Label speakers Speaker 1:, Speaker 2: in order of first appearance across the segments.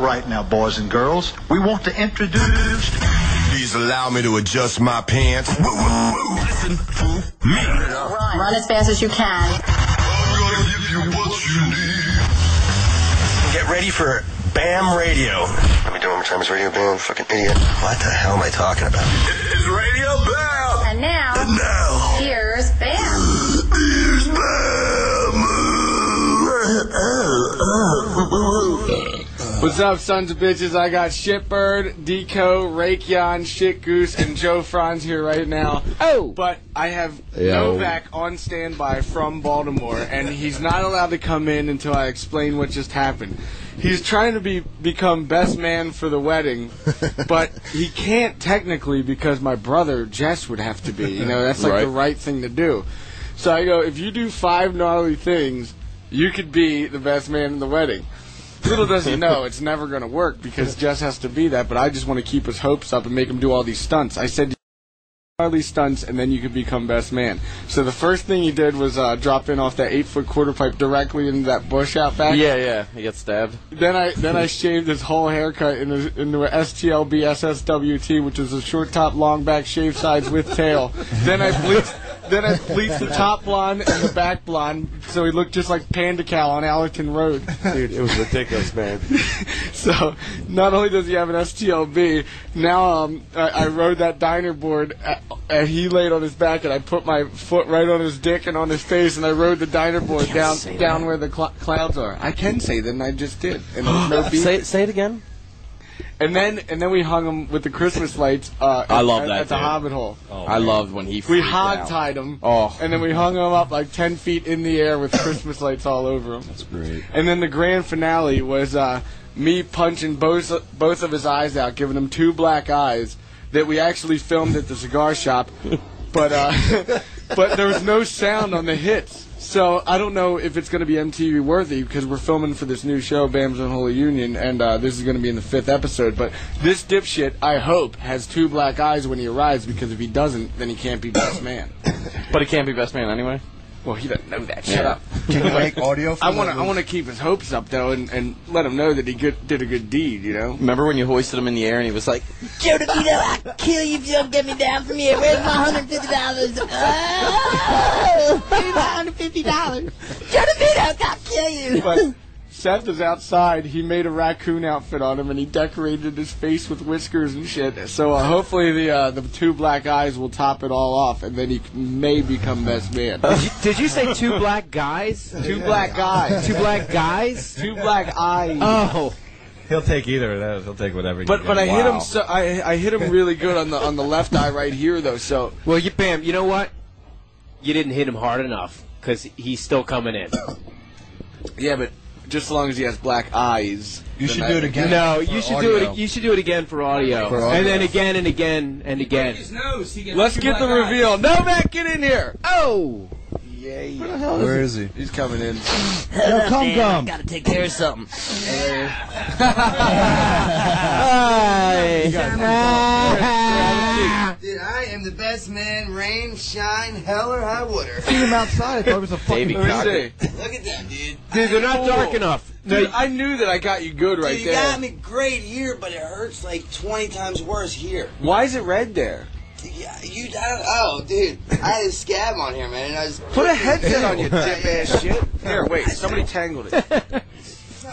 Speaker 1: right now, boys and girls, we want to introduce.
Speaker 2: Please allow me to adjust my pants. Woo, woo, woo. Listen to me.
Speaker 3: Run. Run as fast as you can.
Speaker 2: I'm gonna give you what you need.
Speaker 4: Get ready for BAM Radio.
Speaker 5: Let me do one more time. It's radio band. Fucking idiot.
Speaker 4: What the hell am I talking about?
Speaker 2: It's Radio Bam.
Speaker 3: And now,
Speaker 2: Now,
Speaker 3: here's Bam.
Speaker 2: here's Bam.
Speaker 6: What's up, sons of bitches? I got Shitbird, Deco, Rakeon, Shit Goose, and Joe Franz here right now. Oh! But I have
Speaker 7: Yo.
Speaker 6: Novak on standby from Baltimore, and he's not allowed to come in until I explain what just happened. He's trying to be become best man for the wedding, but he can't technically because my brother Jess would have to be. You know, that's like the
Speaker 7: Right.
Speaker 6: right thing to do. So I go, if you do five gnarly things, you could be the best man in the wedding. Little does he know, it's never going to work because Jess has to be that, but I just want to keep his hopes up and make him do all these stunts. I said, gnarly stunts, and then you could become best man. So the first thing he did was uh, drop in off that eight foot quarter pipe directly into that bush out back.
Speaker 7: Yeah, yeah, he got stabbed.
Speaker 6: Then I then I shaved his whole haircut into, into a STL BSSWT, which is a short top, long back, shaved sides with tail. Then I bleached. Then I bleached the top blonde and the back blonde, so he looked just like Panda Cal on Allerton Road.
Speaker 7: Dude, it was ridiculous, man.
Speaker 6: So not only does he have an STLB, now um, I, I rode that diner board, a- and he laid on his back, and I put my foot right on his dick and on his face, and I rode the diner board down down where the cl- clouds are. I can say that, and I just did, and there's no beef.
Speaker 7: say, say it again.
Speaker 6: And then and then we hung him with the Christmas lights. Uh,
Speaker 7: I love
Speaker 6: at,
Speaker 7: that,
Speaker 6: At the
Speaker 7: dude.
Speaker 6: Hobbit hole.
Speaker 7: I loved when he.
Speaker 6: Oh, We
Speaker 7: freaked
Speaker 6: hog
Speaker 7: out.
Speaker 6: tied him.
Speaker 7: Oh.
Speaker 6: And then we hung him up like ten feet in the air with Christmas lights all over him. That's
Speaker 7: great.
Speaker 6: And then the grand finale was uh, me punching both both of his eyes out, giving him two black eyes that we actually filmed at the cigar shop, but uh, but there was no sound on the hits. So I don't know if it's going to be MTV worthy because we're filming for this new show, Bams and Holy Union, and uh, this is going to be in the fifth episode. But this dipshit, I hope, has two black eyes when he arrives because if he doesn't, then he can't be best man.
Speaker 7: But he can't be best man anyway.
Speaker 6: Well, he doesn't know that. Shut
Speaker 7: Yeah.
Speaker 6: up.
Speaker 8: Can you make audio for
Speaker 6: I want to. I want to keep his hopes up though, and, and let him know that he good, did a good deed. You know.
Speaker 7: Remember when you hoisted him in the air and he was like,
Speaker 9: Joe DeVito, I'll kill you if you don't get me down from here. Where's my $150? Oh, where's my $150? Joe DeVito, I'll kill you.
Speaker 6: But Seth is outside. He made a raccoon outfit on him, and he decorated his face with whiskers and shit. So uh, hopefully the uh, the two black eyes will top it all off, and then he may become best man.
Speaker 10: Did you say two black guys?
Speaker 6: two black eyes.
Speaker 10: Two black guys?
Speaker 6: Two black eyes.
Speaker 10: Oh.
Speaker 8: He'll take either of those. He'll take whatever.
Speaker 6: but but I hit him so I I hit him really good on the on the left eye right here though. So
Speaker 10: Well, you bam, you know what? You didn't hit him hard enough because he's still coming in.
Speaker 6: yeah, but just as long as he has black eyes.
Speaker 8: You
Speaker 6: then
Speaker 8: should
Speaker 6: I-
Speaker 8: do it again.
Speaker 10: No,
Speaker 8: for
Speaker 10: you should do
Speaker 8: audio.
Speaker 10: it. You should do it again for audio,
Speaker 8: For audio.
Speaker 10: and then again and again and again.
Speaker 6: Let's get the reveal. No, Matt, get in here.
Speaker 10: Oh,
Speaker 6: Yeah,
Speaker 8: Where is he?
Speaker 6: he's coming in.
Speaker 8: come, come.
Speaker 9: Gotta take care of something.
Speaker 11: Uh, Dude, I am the best man, rain, shine, hell, or high water.
Speaker 8: Seen him outside. I thought it was a fucking.
Speaker 7: Davy
Speaker 6: Let me see.
Speaker 11: Look at that, dude.
Speaker 10: dude, they're not
Speaker 6: Cool.
Speaker 10: dark enough.
Speaker 6: Dude, I knew that I got you good right
Speaker 11: dude, you
Speaker 6: there.
Speaker 11: got me great here, but it hurts like 20 times worse here.
Speaker 6: Why is it red there?
Speaker 11: Yeah, you, I don't oh, dude. I had a scab on here, man, and I was.
Speaker 6: Put a headset on you, dip ass shit. Here, wait, somebody tangled it.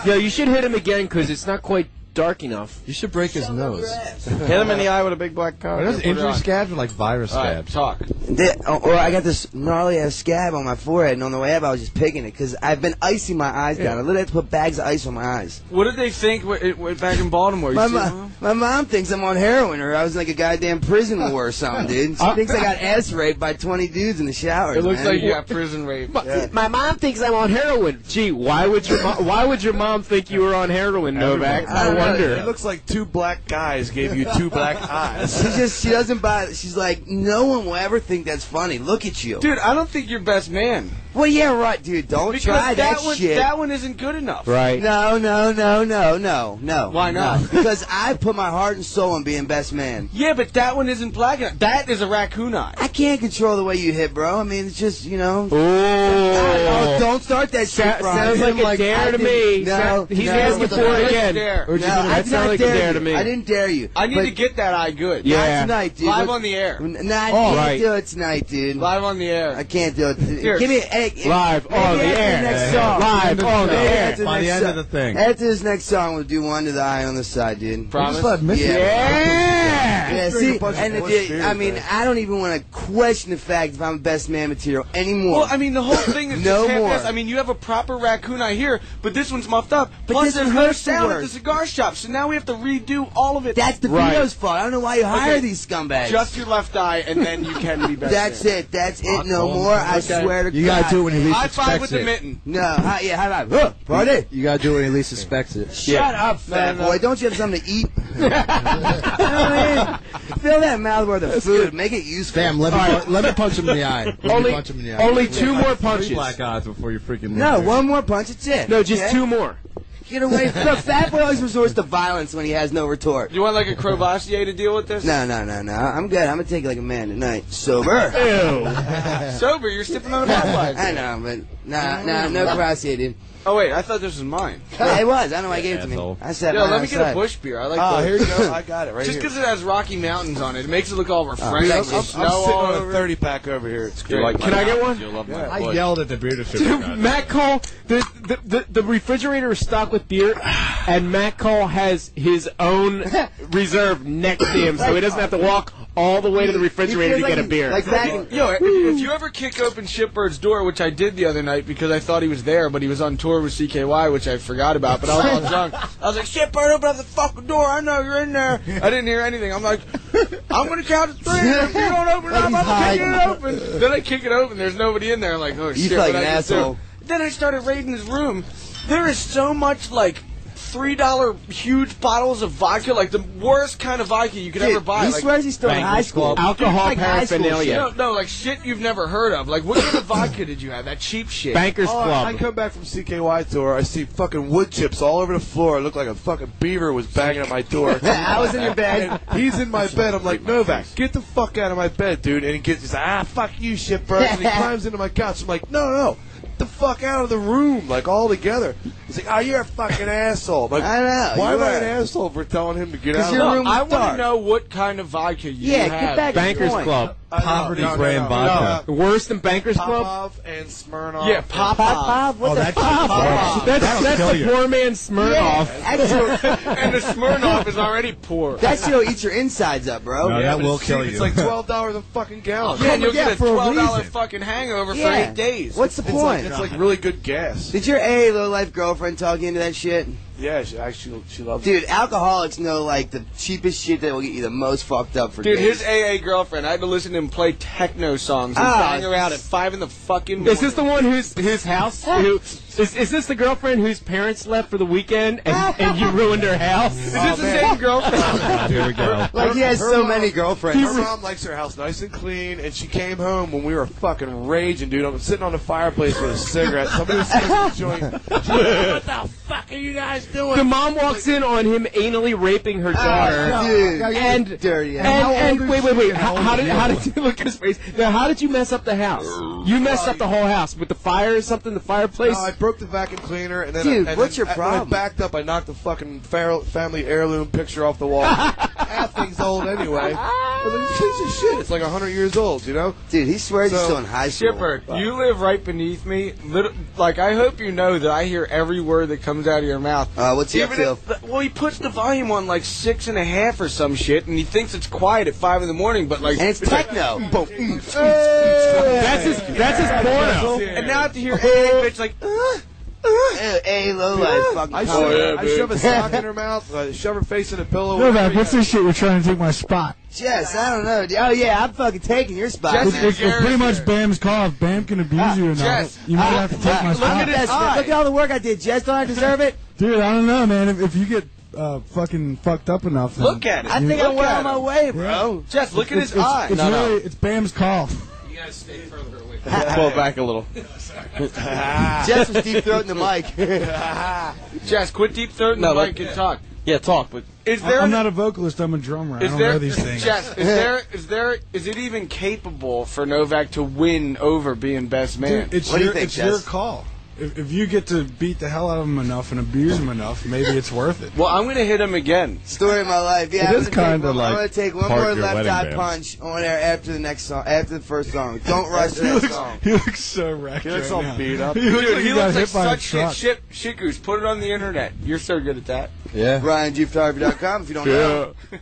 Speaker 10: Yo, you should hit him again because it's not quite dark enough.
Speaker 8: You should break his nose.
Speaker 7: "Hit him in the eye with a big black
Speaker 8: Are
Speaker 7: cock."
Speaker 8: those injury scabs or like virus
Speaker 6: Alright,
Speaker 8: scabs?
Speaker 6: talk.
Speaker 11: Did, oh, or I got this gnarly ass scab on my forehead, and on the way up, I was just picking it because I've been icing my eyes down. I literally had to put bags of ice on my eyes.
Speaker 6: What did they think w- it- w- back in Baltimore? You
Speaker 11: My,
Speaker 6: see-
Speaker 11: mo- my mom thinks I'm on heroin, or I was in, like a goddamn prison war or something, dude. She thinks I got ass raped by 20 dudes in the shower.
Speaker 6: It looks
Speaker 11: man.
Speaker 6: like you got prison rape.
Speaker 10: My, my mom thinks I'm on heroin. Gee, why would your mo- why would your mom think you were on heroin, Novak? I wonder.
Speaker 7: looks like two black guys gave you two black eyes.
Speaker 11: She just she doesn't buy it. She's like, no one will ever think that's funny. Look at you.
Speaker 6: Dude, I don't think you're best man.
Speaker 11: Well, yeah, right, dude. Don't
Speaker 6: Because
Speaker 11: try that,
Speaker 6: one,
Speaker 11: shit.
Speaker 6: That one isn't good enough.
Speaker 11: No, no, no, no, no, no.
Speaker 6: Why not?
Speaker 11: No. because I put my heart and soul in being best man.
Speaker 6: Yeah, but that one isn't black enough. That is a raccoon eye.
Speaker 11: I can't control the way you hit, bro. I mean, it's just you know.
Speaker 10: Ooh.
Speaker 11: Oh, don't start that shit.
Speaker 10: Sa-
Speaker 11: Brian.
Speaker 10: sounds like a dare
Speaker 11: I
Speaker 10: to
Speaker 11: didn't-
Speaker 10: me.
Speaker 11: No,
Speaker 10: Sa- he's
Speaker 11: no,
Speaker 10: asking
Speaker 11: no,
Speaker 10: for it again.
Speaker 6: Dare.
Speaker 11: No,
Speaker 10: Or just gonna-
Speaker 11: I
Speaker 10: that
Speaker 11: did
Speaker 10: sounds
Speaker 11: not
Speaker 10: like a
Speaker 11: dare
Speaker 10: dare
Speaker 11: you.
Speaker 10: to me.
Speaker 11: I didn't dare you.
Speaker 6: I need
Speaker 11: But
Speaker 6: to get that eye good.
Speaker 10: Yeah.
Speaker 11: Not tonight, dude.
Speaker 6: Live
Speaker 11: What-
Speaker 6: on the air.
Speaker 11: Nah, I
Speaker 10: Oh,
Speaker 11: can't
Speaker 10: right.
Speaker 11: do it tonight, dude.
Speaker 6: Live on the air.
Speaker 11: I can't do it.
Speaker 6: Here.
Speaker 11: Give me hey, hey,
Speaker 10: Live
Speaker 11: maybe
Speaker 10: on the
Speaker 11: after
Speaker 10: air.
Speaker 11: next
Speaker 10: Yeah.
Speaker 11: song.
Speaker 10: Live
Speaker 11: After
Speaker 10: on
Speaker 11: next
Speaker 10: the
Speaker 11: song.
Speaker 10: air.
Speaker 11: After
Speaker 8: By the
Speaker 11: next
Speaker 8: end of
Speaker 11: song.
Speaker 8: the thing.
Speaker 11: After this next song, we'll do one to the eye on the side, dude.
Speaker 6: Promise?
Speaker 8: Just let Mitch-
Speaker 11: Yeah.
Speaker 10: Yeah.
Speaker 11: Yeah,
Speaker 8: Just
Speaker 11: see,
Speaker 8: drink a bunch of
Speaker 11: and if
Speaker 8: Busch
Speaker 11: you,
Speaker 8: beers,
Speaker 11: I mean,
Speaker 8: man.
Speaker 11: I don't even want to question the fact if I'm best man material anymore.
Speaker 6: Well, I mean, the whole thing is
Speaker 11: No
Speaker 6: just half
Speaker 11: more.
Speaker 6: assed I mean, you have a proper raccoon eye here, but this one's muffed up.
Speaker 11: But
Speaker 6: Plus,
Speaker 11: this
Speaker 6: there's
Speaker 11: one
Speaker 6: no
Speaker 11: hurts the
Speaker 6: sound at the
Speaker 11: worst.
Speaker 6: cigar shop, so now we have to redo all of it.
Speaker 11: that's the
Speaker 10: Right.
Speaker 11: Vito's fault. I don't know why you hire
Speaker 6: Okay.
Speaker 11: these scumbags.
Speaker 6: just your left eye, and then you can be better.
Speaker 11: that's it. That's it. No
Speaker 8: Oh,
Speaker 11: more. I
Speaker 6: okay.
Speaker 11: swear to
Speaker 8: You
Speaker 11: God.
Speaker 8: gotta do it when he least
Speaker 6: High
Speaker 8: expects it.
Speaker 6: five with the mitten.
Speaker 11: No, hi, yeah, high five. Huh, party.
Speaker 8: You gotta do it when he least expects it.
Speaker 11: Shut up, fat
Speaker 6: no.
Speaker 11: boy. Don't you have something to eat? You know what I mean? Fill that mouth with the food. Make it useful.
Speaker 8: Damn, let me, pu- let me punch him in the eye. Let me
Speaker 10: Only-
Speaker 8: punch him in the eye.
Speaker 10: only
Speaker 8: Three
Speaker 10: two
Speaker 8: black-
Speaker 10: more
Speaker 8: three
Speaker 10: punches.
Speaker 8: black eyes before you freaking
Speaker 11: No,
Speaker 8: leave.
Speaker 11: one more punch. It's it.
Speaker 10: No, just
Speaker 11: Okay?
Speaker 10: two more.
Speaker 11: Get away from the fat boy. Always resorts to violence when he has no retort.
Speaker 6: You want like a crevassier to deal with this?
Speaker 11: No, no, no, no. I'm good. I'm gonna take it like a man tonight. Sober.
Speaker 6: Sober, you're sipping on a bad
Speaker 11: I know, but nah, nah, no crossy, dude.
Speaker 6: Oh wait, I thought this was mine.
Speaker 11: Yeah, it was. I don't know why you gave it to me.
Speaker 8: Asshole. Ah,
Speaker 11: I said,
Speaker 6: Yo,
Speaker 11: mine
Speaker 6: let me get
Speaker 11: outside.
Speaker 6: a bush beer. I like.
Speaker 4: Oh,
Speaker 6: those.
Speaker 4: here you go. I got it right
Speaker 6: Just
Speaker 4: here.
Speaker 6: because it has Rocky Mountains on it, it makes it look all refreshing.
Speaker 11: I'm- I'm-
Speaker 6: There's
Speaker 11: I'm
Speaker 6: snow
Speaker 7: sitting
Speaker 6: all
Speaker 7: on
Speaker 6: over
Speaker 7: a
Speaker 6: it.
Speaker 7: 30 pack over here. It's
Speaker 6: great. Like
Speaker 10: Can I get one?
Speaker 8: I yelled at the beautiful.
Speaker 10: Dude, Matt Call, the, the, the, the refrigerator is stocked with beer, and Matt Call has his own reserve next to him, so he doesn't have to walk all the way to the refrigerator to
Speaker 11: Like-
Speaker 10: get a beer.
Speaker 11: Like back in,
Speaker 6: Yo, if, if you ever kick open Shipbird's door, which I did the other night because I thought he was there, but he was on tour with CKY, which I forgot about, but I was all drunk. I was like, Shipbird, open up the fucking door. I know you're in there. I didn't hear anything. I'm like, I'm going to count to three. and If you don't open it up, I'm kicking it open. Then I kick it open. There's nobody in there. I'm like, oh,
Speaker 11: You
Speaker 6: shit.
Speaker 11: fucking
Speaker 6: what I just do?
Speaker 11: asshole.
Speaker 6: Then I started raiding his room. There is so much, like, $3 huge bottles of vodka, like the worst kind of vodka you could ever
Speaker 11: dude,
Speaker 6: buy.
Speaker 11: he
Speaker 6: like,
Speaker 11: swears he's still in high school.
Speaker 10: Alcohol
Speaker 11: Like high school
Speaker 10: paraphernalia.
Speaker 6: no, no, like shit you've never heard of. Like what kind of vodka did you have? That cheap shit.
Speaker 10: Bankers
Speaker 7: Oh,
Speaker 10: Club.
Speaker 7: I come back from CKY tour. I see fucking wood chips all over the floor. I look like a fucking beaver was banging at my door.
Speaker 11: I was in your bed.
Speaker 7: And he's in my bed. I'm like, Novak, get the fuck out of my bed, dude. And he gets, he's like, ah, fuck you, shitbird. And he climbs into my couch. I'm like, no, no, get the fuck out of the room, like all together. He's like, oh, you're a fucking asshole. I'm like,
Speaker 11: I know,
Speaker 7: Why
Speaker 11: you
Speaker 7: am I
Speaker 11: are.
Speaker 7: an asshole for telling him to get
Speaker 11: 'Cause
Speaker 7: out of
Speaker 11: you're
Speaker 7: the
Speaker 6: No,
Speaker 11: room was
Speaker 6: I want
Speaker 11: dark.
Speaker 6: to know what kind of vodka you
Speaker 11: Yeah,
Speaker 6: have.
Speaker 11: get back.
Speaker 10: Bankers
Speaker 11: Point.
Speaker 10: Club.
Speaker 7: I know,
Speaker 8: Poverty
Speaker 7: no, no,
Speaker 8: brand
Speaker 7: no,
Speaker 8: vodka.
Speaker 10: Worse than Bankers
Speaker 7: No,
Speaker 10: Club?
Speaker 7: Popov and Smirnoff.
Speaker 6: Yeah, pop off.
Speaker 11: Bob, what
Speaker 8: Oh,
Speaker 11: the
Speaker 8: that
Speaker 11: fuck?
Speaker 8: shit's
Speaker 10: That's,
Speaker 8: That'll
Speaker 10: that's
Speaker 8: kill
Speaker 10: the
Speaker 8: you.
Speaker 10: poor man Smirnoff.
Speaker 11: Actually,
Speaker 6: and the Smirnoff is already poor.
Speaker 11: that shit'll eat your insides up, bro.
Speaker 8: No, that
Speaker 7: but
Speaker 8: will
Speaker 7: it's
Speaker 8: kill
Speaker 7: cheap.
Speaker 8: you.
Speaker 7: It's like twelve dollars a fucking gallon.
Speaker 6: yeah, and Oh, you'll
Speaker 8: yeah,
Speaker 6: get a
Speaker 8: for a
Speaker 6: twelve dollar
Speaker 8: reason.
Speaker 6: fucking hangover
Speaker 11: Yeah.
Speaker 6: for eight days.
Speaker 11: What's the
Speaker 7: It's like,
Speaker 11: point?
Speaker 7: it's like really good gas.
Speaker 11: Did your AA low life girlfriend talk you into that shit?
Speaker 7: Yeah, she, I, she, she loves it.
Speaker 11: Dude, alcoholics know like the cheapest shit that will get you the most fucked up for
Speaker 6: Dude,
Speaker 11: days.
Speaker 6: his AA girlfriend, I had to listen to him play techno songs and
Speaker 11: Ah.
Speaker 6: bang her out at five in the fucking morning.
Speaker 10: Is this the one whose whose house? Who, is is this the girlfriend whose parents left for the weekend and, and you ruined her house?
Speaker 6: Is
Speaker 10: Is
Speaker 6: this the same girlfriend?
Speaker 8: Here we go.
Speaker 11: like he has
Speaker 7: Her
Speaker 11: so
Speaker 7: mom-
Speaker 11: many girlfriends.
Speaker 7: Her mom likes her house nice and clean, and she came home when we were fucking raging, dude. I'm sitting on the fireplace with a cigarette. Somebody was smoking a joint. She's like, what the fuck are you guys doing?
Speaker 10: The mom walks in on him anally raping her daughter.
Speaker 11: Ah, dude,
Speaker 10: And-
Speaker 11: you dirty.
Speaker 10: And,
Speaker 11: ass.
Speaker 10: and wait, wait, wait. How, how did
Speaker 8: is she?
Speaker 10: how did you look at his face? Now, how did you mess up the house? You messed up the whole house with the fire or something, the fireplace.
Speaker 7: No, I broke the vacuum cleaner, and then
Speaker 11: Dude,
Speaker 7: I, and
Speaker 11: what's
Speaker 7: then
Speaker 11: your
Speaker 7: I-
Speaker 11: problem?
Speaker 7: When I backed up, I knocked the fucking far- family heirloom picture off the wall. that thing's old anyway. I was like, piece of shit. It's like hundred years old, you know.
Speaker 11: Dude, he swears he's
Speaker 7: So-
Speaker 11: still in high school.
Speaker 6: Shipper, you live right beneath me. Lit like I hope you know that I hear every word that comes out of your mouth.
Speaker 11: Uh, what's he up
Speaker 6: Even
Speaker 11: to?
Speaker 6: if, well, he puts the volume on like six and a half or some shit, and he thinks it's quiet at five in the morning, but like,
Speaker 11: And it's techno.
Speaker 6: boom.
Speaker 10: that's his that's his porno.
Speaker 6: and now I have to hear hey, bitch like, uh, uh.
Speaker 11: Hey, Eh, low life, Oh, fucking
Speaker 7: I shove,
Speaker 11: cunt.
Speaker 7: I shove a sock in her mouth, I shove her face in a pillow.
Speaker 12: Novak, what's this shit? You're trying to take my spot.
Speaker 11: Jess, I don't know. dude. Oh yeah, I'm fucking taking your spot.
Speaker 6: Jess
Speaker 11: man.
Speaker 6: is-
Speaker 12: It's, it's pretty
Speaker 6: Garrett's
Speaker 12: much
Speaker 6: there.
Speaker 12: Bam's call. If Bam can abuse you or not,
Speaker 6: Jess,
Speaker 12: you might
Speaker 11: I-
Speaker 12: have to take my
Speaker 11: look
Speaker 12: spot.
Speaker 11: at this.
Speaker 6: eye.
Speaker 11: Look at all the work I did, Jess. Don't I deserve it?
Speaker 12: Dude, I don't know, man. If, if you get uh, fucking fucked up enough, then-
Speaker 6: Look at it.
Speaker 11: I think
Speaker 6: look
Speaker 11: I'm well
Speaker 6: at
Speaker 11: on my
Speaker 6: him.
Speaker 11: way, bro.
Speaker 6: Just look at
Speaker 12: It's,
Speaker 6: his
Speaker 12: it's,
Speaker 6: eye.
Speaker 12: it's really it's Bam's call.
Speaker 13: guys stay further away.
Speaker 6: Pull back a little.
Speaker 13: Jess was deep throating the mic.
Speaker 6: Jess, quit deep throating
Speaker 12: No,
Speaker 6: the
Speaker 12: let-
Speaker 6: mic and talk.
Speaker 14: Yeah, talk. But
Speaker 6: Is there
Speaker 12: I'm
Speaker 6: an-
Speaker 12: not a vocalist. I'm a drummer. I
Speaker 6: Is
Speaker 12: don't
Speaker 6: there,
Speaker 12: know these things.
Speaker 6: Jess, is there is there is it even capable for Novak to win over being best man?
Speaker 12: Dude, it's your, it's your call. If, if you get to beat the hell out of him enough and abuse him enough, maybe it's worth it.
Speaker 6: Well, I'm gonna hit him again.
Speaker 11: Story of my life. Yeah, I'm
Speaker 12: It is
Speaker 11: gonna take
Speaker 12: kinda
Speaker 11: one-
Speaker 12: like
Speaker 11: I'm gonna take one
Speaker 12: part
Speaker 11: more
Speaker 12: of your
Speaker 11: left
Speaker 12: wedding
Speaker 11: eye
Speaker 12: band.
Speaker 11: punch on air after the next song, after the first song. Don't rush
Speaker 12: he
Speaker 11: that
Speaker 12: looks,
Speaker 11: song.
Speaker 12: he looks so wrecked. right now. He
Speaker 6: Dude,
Speaker 12: looks like
Speaker 6: he looks
Speaker 12: got
Speaker 6: like
Speaker 12: hit by a
Speaker 6: such shit,
Speaker 12: truck.
Speaker 6: shit shikus. Put it on the internet. You're so good at that.
Speaker 11: Yeah. RyanGphotography.com if you don't know.
Speaker 10: Dude,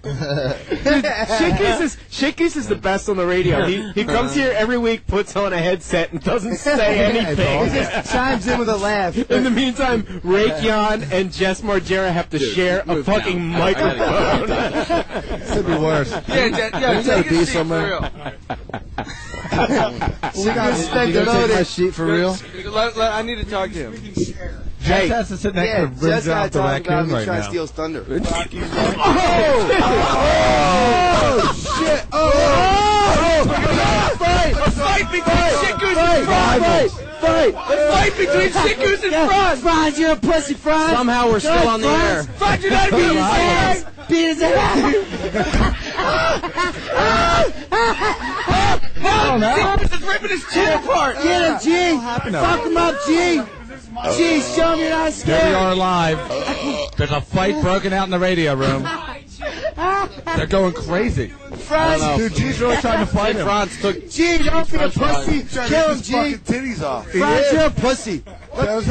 Speaker 10: Shakus is Shakus is the best on the radio. He he comes here every week, puts on a headset, and doesn't say anything.
Speaker 11: He just chimes in with a laugh.
Speaker 10: In the meantime, Raytheon and Jess Margera have to share a fucking microphone.
Speaker 14: Could be worse.
Speaker 10: Yeah, yeah, yeah,
Speaker 14: We
Speaker 10: take
Speaker 14: gotta
Speaker 10: a
Speaker 14: be
Speaker 10: seat for
Speaker 14: somewhere.
Speaker 10: real.
Speaker 14: We gotta stay
Speaker 6: You gonna take
Speaker 14: demoted.
Speaker 6: my sheet for real? Let- let- I need to talk to him.
Speaker 14: Hey.
Speaker 6: Jess has to sit
Speaker 11: yeah,
Speaker 6: next to
Speaker 11: Jess
Speaker 6: Riz
Speaker 11: and I
Speaker 6: out the
Speaker 11: talked about
Speaker 6: raccoon
Speaker 11: me
Speaker 6: right
Speaker 11: trying to
Speaker 6: now.
Speaker 11: steal his thunder.
Speaker 14: Oh, shit! Oh, oh, oh, fight! A fight between Shikus and Franz! Fight! A fight between Shikus and Franz! Franz, you're a pussy, Franz!
Speaker 15: Somehow we're still on the air.
Speaker 14: Franz, you're not a
Speaker 15: Beat his
Speaker 14: pussy!
Speaker 15: ass! Beat his ass!
Speaker 14: Oh, Shikus is ripping his chin apart!
Speaker 15: Get him, G! Fuck him up, G! G, show me that
Speaker 14: There we
Speaker 15: scared.
Speaker 14: are live. There's a fight broken out in the radio room. They're going crazy.
Speaker 15: Franz,
Speaker 14: Dude, G's really trying to fight him. Franz took
Speaker 15: G, don't be a pussy! Kill
Speaker 14: Trying to get
Speaker 15: him,
Speaker 14: his
Speaker 15: G!
Speaker 14: fucking
Speaker 16: titties off.
Speaker 15: Franz, you're a pussy!
Speaker 6: There's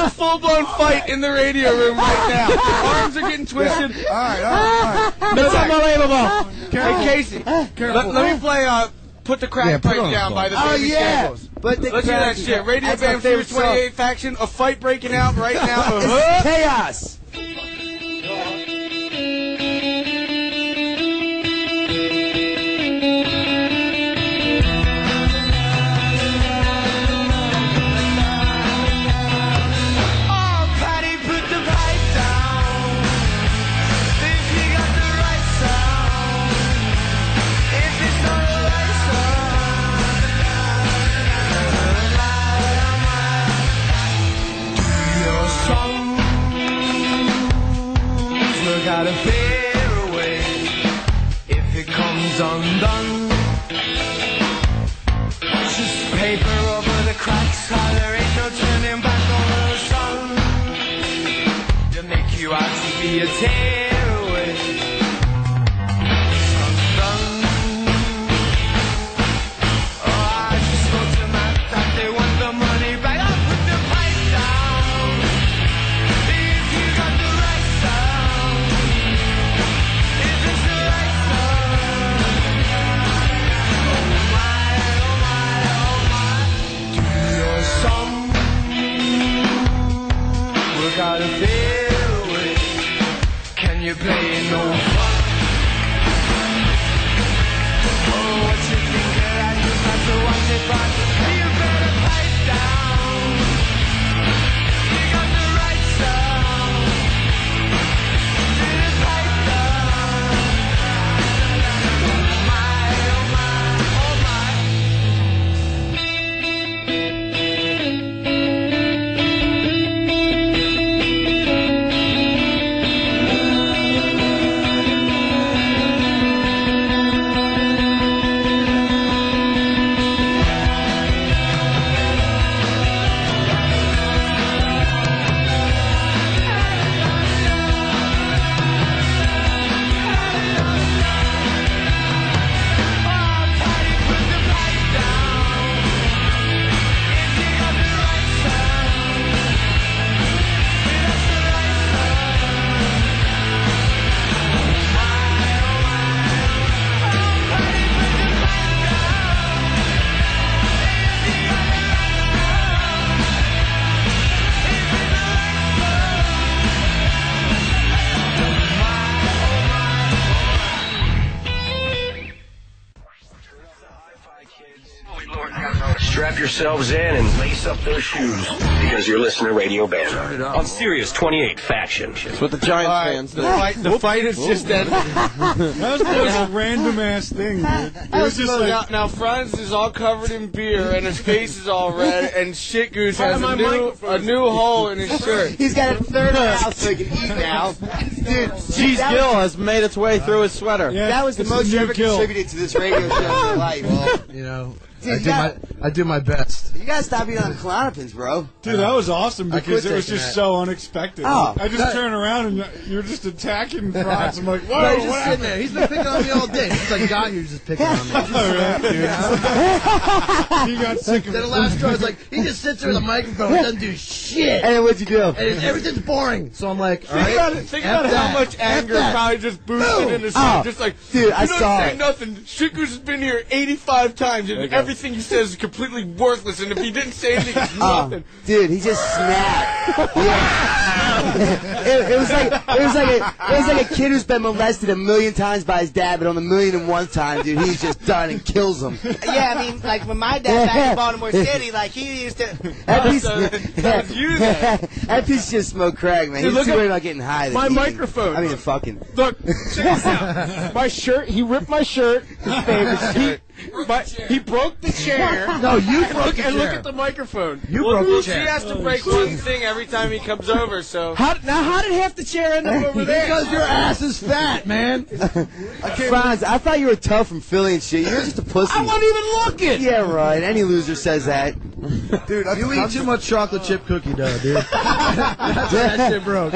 Speaker 6: a full blown fight in the radio room right now. Arms are getting twisted. All right, all right.
Speaker 14: That's unbelievable.
Speaker 6: Hey Casey, let, let me play. Uh, put the crack
Speaker 14: Yeah, put it
Speaker 6: pipe
Speaker 14: on
Speaker 6: down
Speaker 14: the
Speaker 6: by the
Speaker 14: phone. Oh,
Speaker 6: baby
Speaker 14: yeah.
Speaker 6: Samuels.
Speaker 14: Put the
Speaker 6: Let's hear
Speaker 14: crack-
Speaker 6: that shit. Radio
Speaker 14: That's my
Speaker 6: Bam
Speaker 14: favorite
Speaker 6: 28 faction. A fight breaking out right now.
Speaker 14: It's
Speaker 6: Uh-huh.
Speaker 14: chaos.
Speaker 17: Gotta bear away if it comes undone. Just paper over the cracks, how there ain't no turning back over the sun. To make you out to be a tearaway. It's undone. Oh, I just spoke to my dad, they want the money back. I put the pipe down. If you got the right sound, if it's the right sound. Oh my, oh my, oh my. Do your song. Work out a fair way. Can you play it no fun? Oh, what you think that I do? Not to watch it, but you better pipe down. Thank you
Speaker 10: yourselves in and lace up those shoes because you're listening to Radio Band on Sirius 28 Faction. That's
Speaker 11: what the Giants
Speaker 10: All right,
Speaker 11: fans
Speaker 10: the
Speaker 11: do.
Speaker 10: fight- the fight is just
Speaker 11: dead.
Speaker 12: That was the most random ass thing, dude. It was just like
Speaker 6: now, now Franz is all covered in beer and his face is all red and shit goose has
Speaker 13: My
Speaker 6: a new,
Speaker 13: microphone
Speaker 6: a
Speaker 13: is-
Speaker 6: new hole in his shirt.
Speaker 11: He's got a third
Speaker 6: eye
Speaker 11: out so he can eat now. Dude,
Speaker 13: Cheese
Speaker 11: that
Speaker 13: Gill
Speaker 11: was-
Speaker 13: has made its way through his sweater.
Speaker 11: that was the most you ever contributed to this radio show in your life.
Speaker 14: You know,
Speaker 11: Dude,
Speaker 14: I
Speaker 11: you
Speaker 14: do my
Speaker 11: gotta-
Speaker 14: I do my best.
Speaker 11: You gotta stop eating on Klonopins, bro.
Speaker 12: Dude, that was awesome
Speaker 14: I
Speaker 12: because
Speaker 14: quit
Speaker 12: it was
Speaker 14: taking
Speaker 12: just
Speaker 14: that.
Speaker 12: so unexpected.
Speaker 14: Oh.
Speaker 12: I just turn around and you're just attacking Franz. I'm like, whoa,
Speaker 14: No, he's just
Speaker 12: what
Speaker 14: sitting there. He's been picking on me all day. Since I got you, he's just picking on me. Just suck it, dude.
Speaker 12: he got sick
Speaker 14: of Then the last straw is like, he just sits there with a microphone and doesn't do shit.
Speaker 11: And then what'd you do?
Speaker 14: And it's- everything's boring. So I'm like, all
Speaker 6: Think
Speaker 14: right.
Speaker 6: about it. Think about
Speaker 14: F
Speaker 6: how
Speaker 14: that.
Speaker 6: much
Speaker 14: F
Speaker 6: anger
Speaker 14: that.
Speaker 6: probably just boosted in his
Speaker 14: Oh,
Speaker 6: head. Just like,
Speaker 14: dude,
Speaker 6: you
Speaker 14: I
Speaker 6: don't
Speaker 14: saw
Speaker 6: say
Speaker 14: it.
Speaker 6: nothing. Shiku's has been here 85 times, and everything he says is completely worthless. And if he didn't say anything, it's
Speaker 11: Oh,
Speaker 6: nothing.
Speaker 11: dude, he just snapped. Yeah. it, it was like it was like a it was like a kid who's been molested a million times by his dad, but on the million and one time, dude, he's just done and kills him.
Speaker 18: Yeah, I mean, like when my dad back in Baltimore City, like he used to.
Speaker 11: That piece, that
Speaker 18: you
Speaker 11: piece just smoked crack, man.
Speaker 18: Dude,
Speaker 11: He's
Speaker 18: look
Speaker 11: too
Speaker 18: at
Speaker 11: worried about getting high. than
Speaker 19: my
Speaker 11: eating.
Speaker 19: microphone.
Speaker 11: I mean, fucking.
Speaker 19: Look, check this out. My shirt. He ripped my shirt. His favorite shirt. He, but he broke the chair.
Speaker 14: No, you
Speaker 19: and
Speaker 14: broke
Speaker 19: look,
Speaker 14: the
Speaker 19: and look
Speaker 14: chair.
Speaker 19: at the microphone.
Speaker 14: You
Speaker 6: well,
Speaker 14: broke the
Speaker 6: well,
Speaker 14: chair.
Speaker 6: She has to break one thing every time he comes over. So
Speaker 19: How, now, how did half the chair end up over there?
Speaker 14: Because your ass is fat, man.
Speaker 11: Franz, I thought you were tough from Philly and shit. You're just a pussy. I
Speaker 19: wasn't even looking.
Speaker 11: Yeah, right. Any loser says that.
Speaker 14: Dude, you eat too much chocolate chip cookie dough, dude. that shit broke.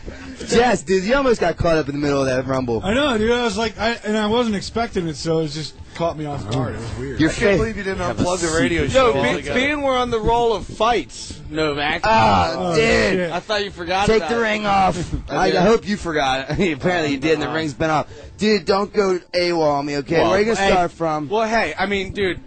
Speaker 11: Jess, dude, you almost got caught up in the middle of that rumble.
Speaker 12: I know, dude. I was like, I, and I wasn't expecting it, so it just caught me off guard. It was weird.
Speaker 11: Your I can't face- believe you didn't Have a unplug the radio secret- show
Speaker 6: No, being,
Speaker 11: altogether.
Speaker 6: being we're on the roll of fights, Novak.
Speaker 11: Ah, dude.
Speaker 6: I thought you forgot.
Speaker 11: Take
Speaker 6: about
Speaker 11: the
Speaker 6: it.
Speaker 11: ring off. I,
Speaker 6: did.
Speaker 11: I hope you forgot. Apparently you did, and the ring's been off. Dude, don't go AWOL on me, okay? Where are you gonna
Speaker 6: Well, hey-
Speaker 11: start from?
Speaker 6: Well, hey, I mean, dude,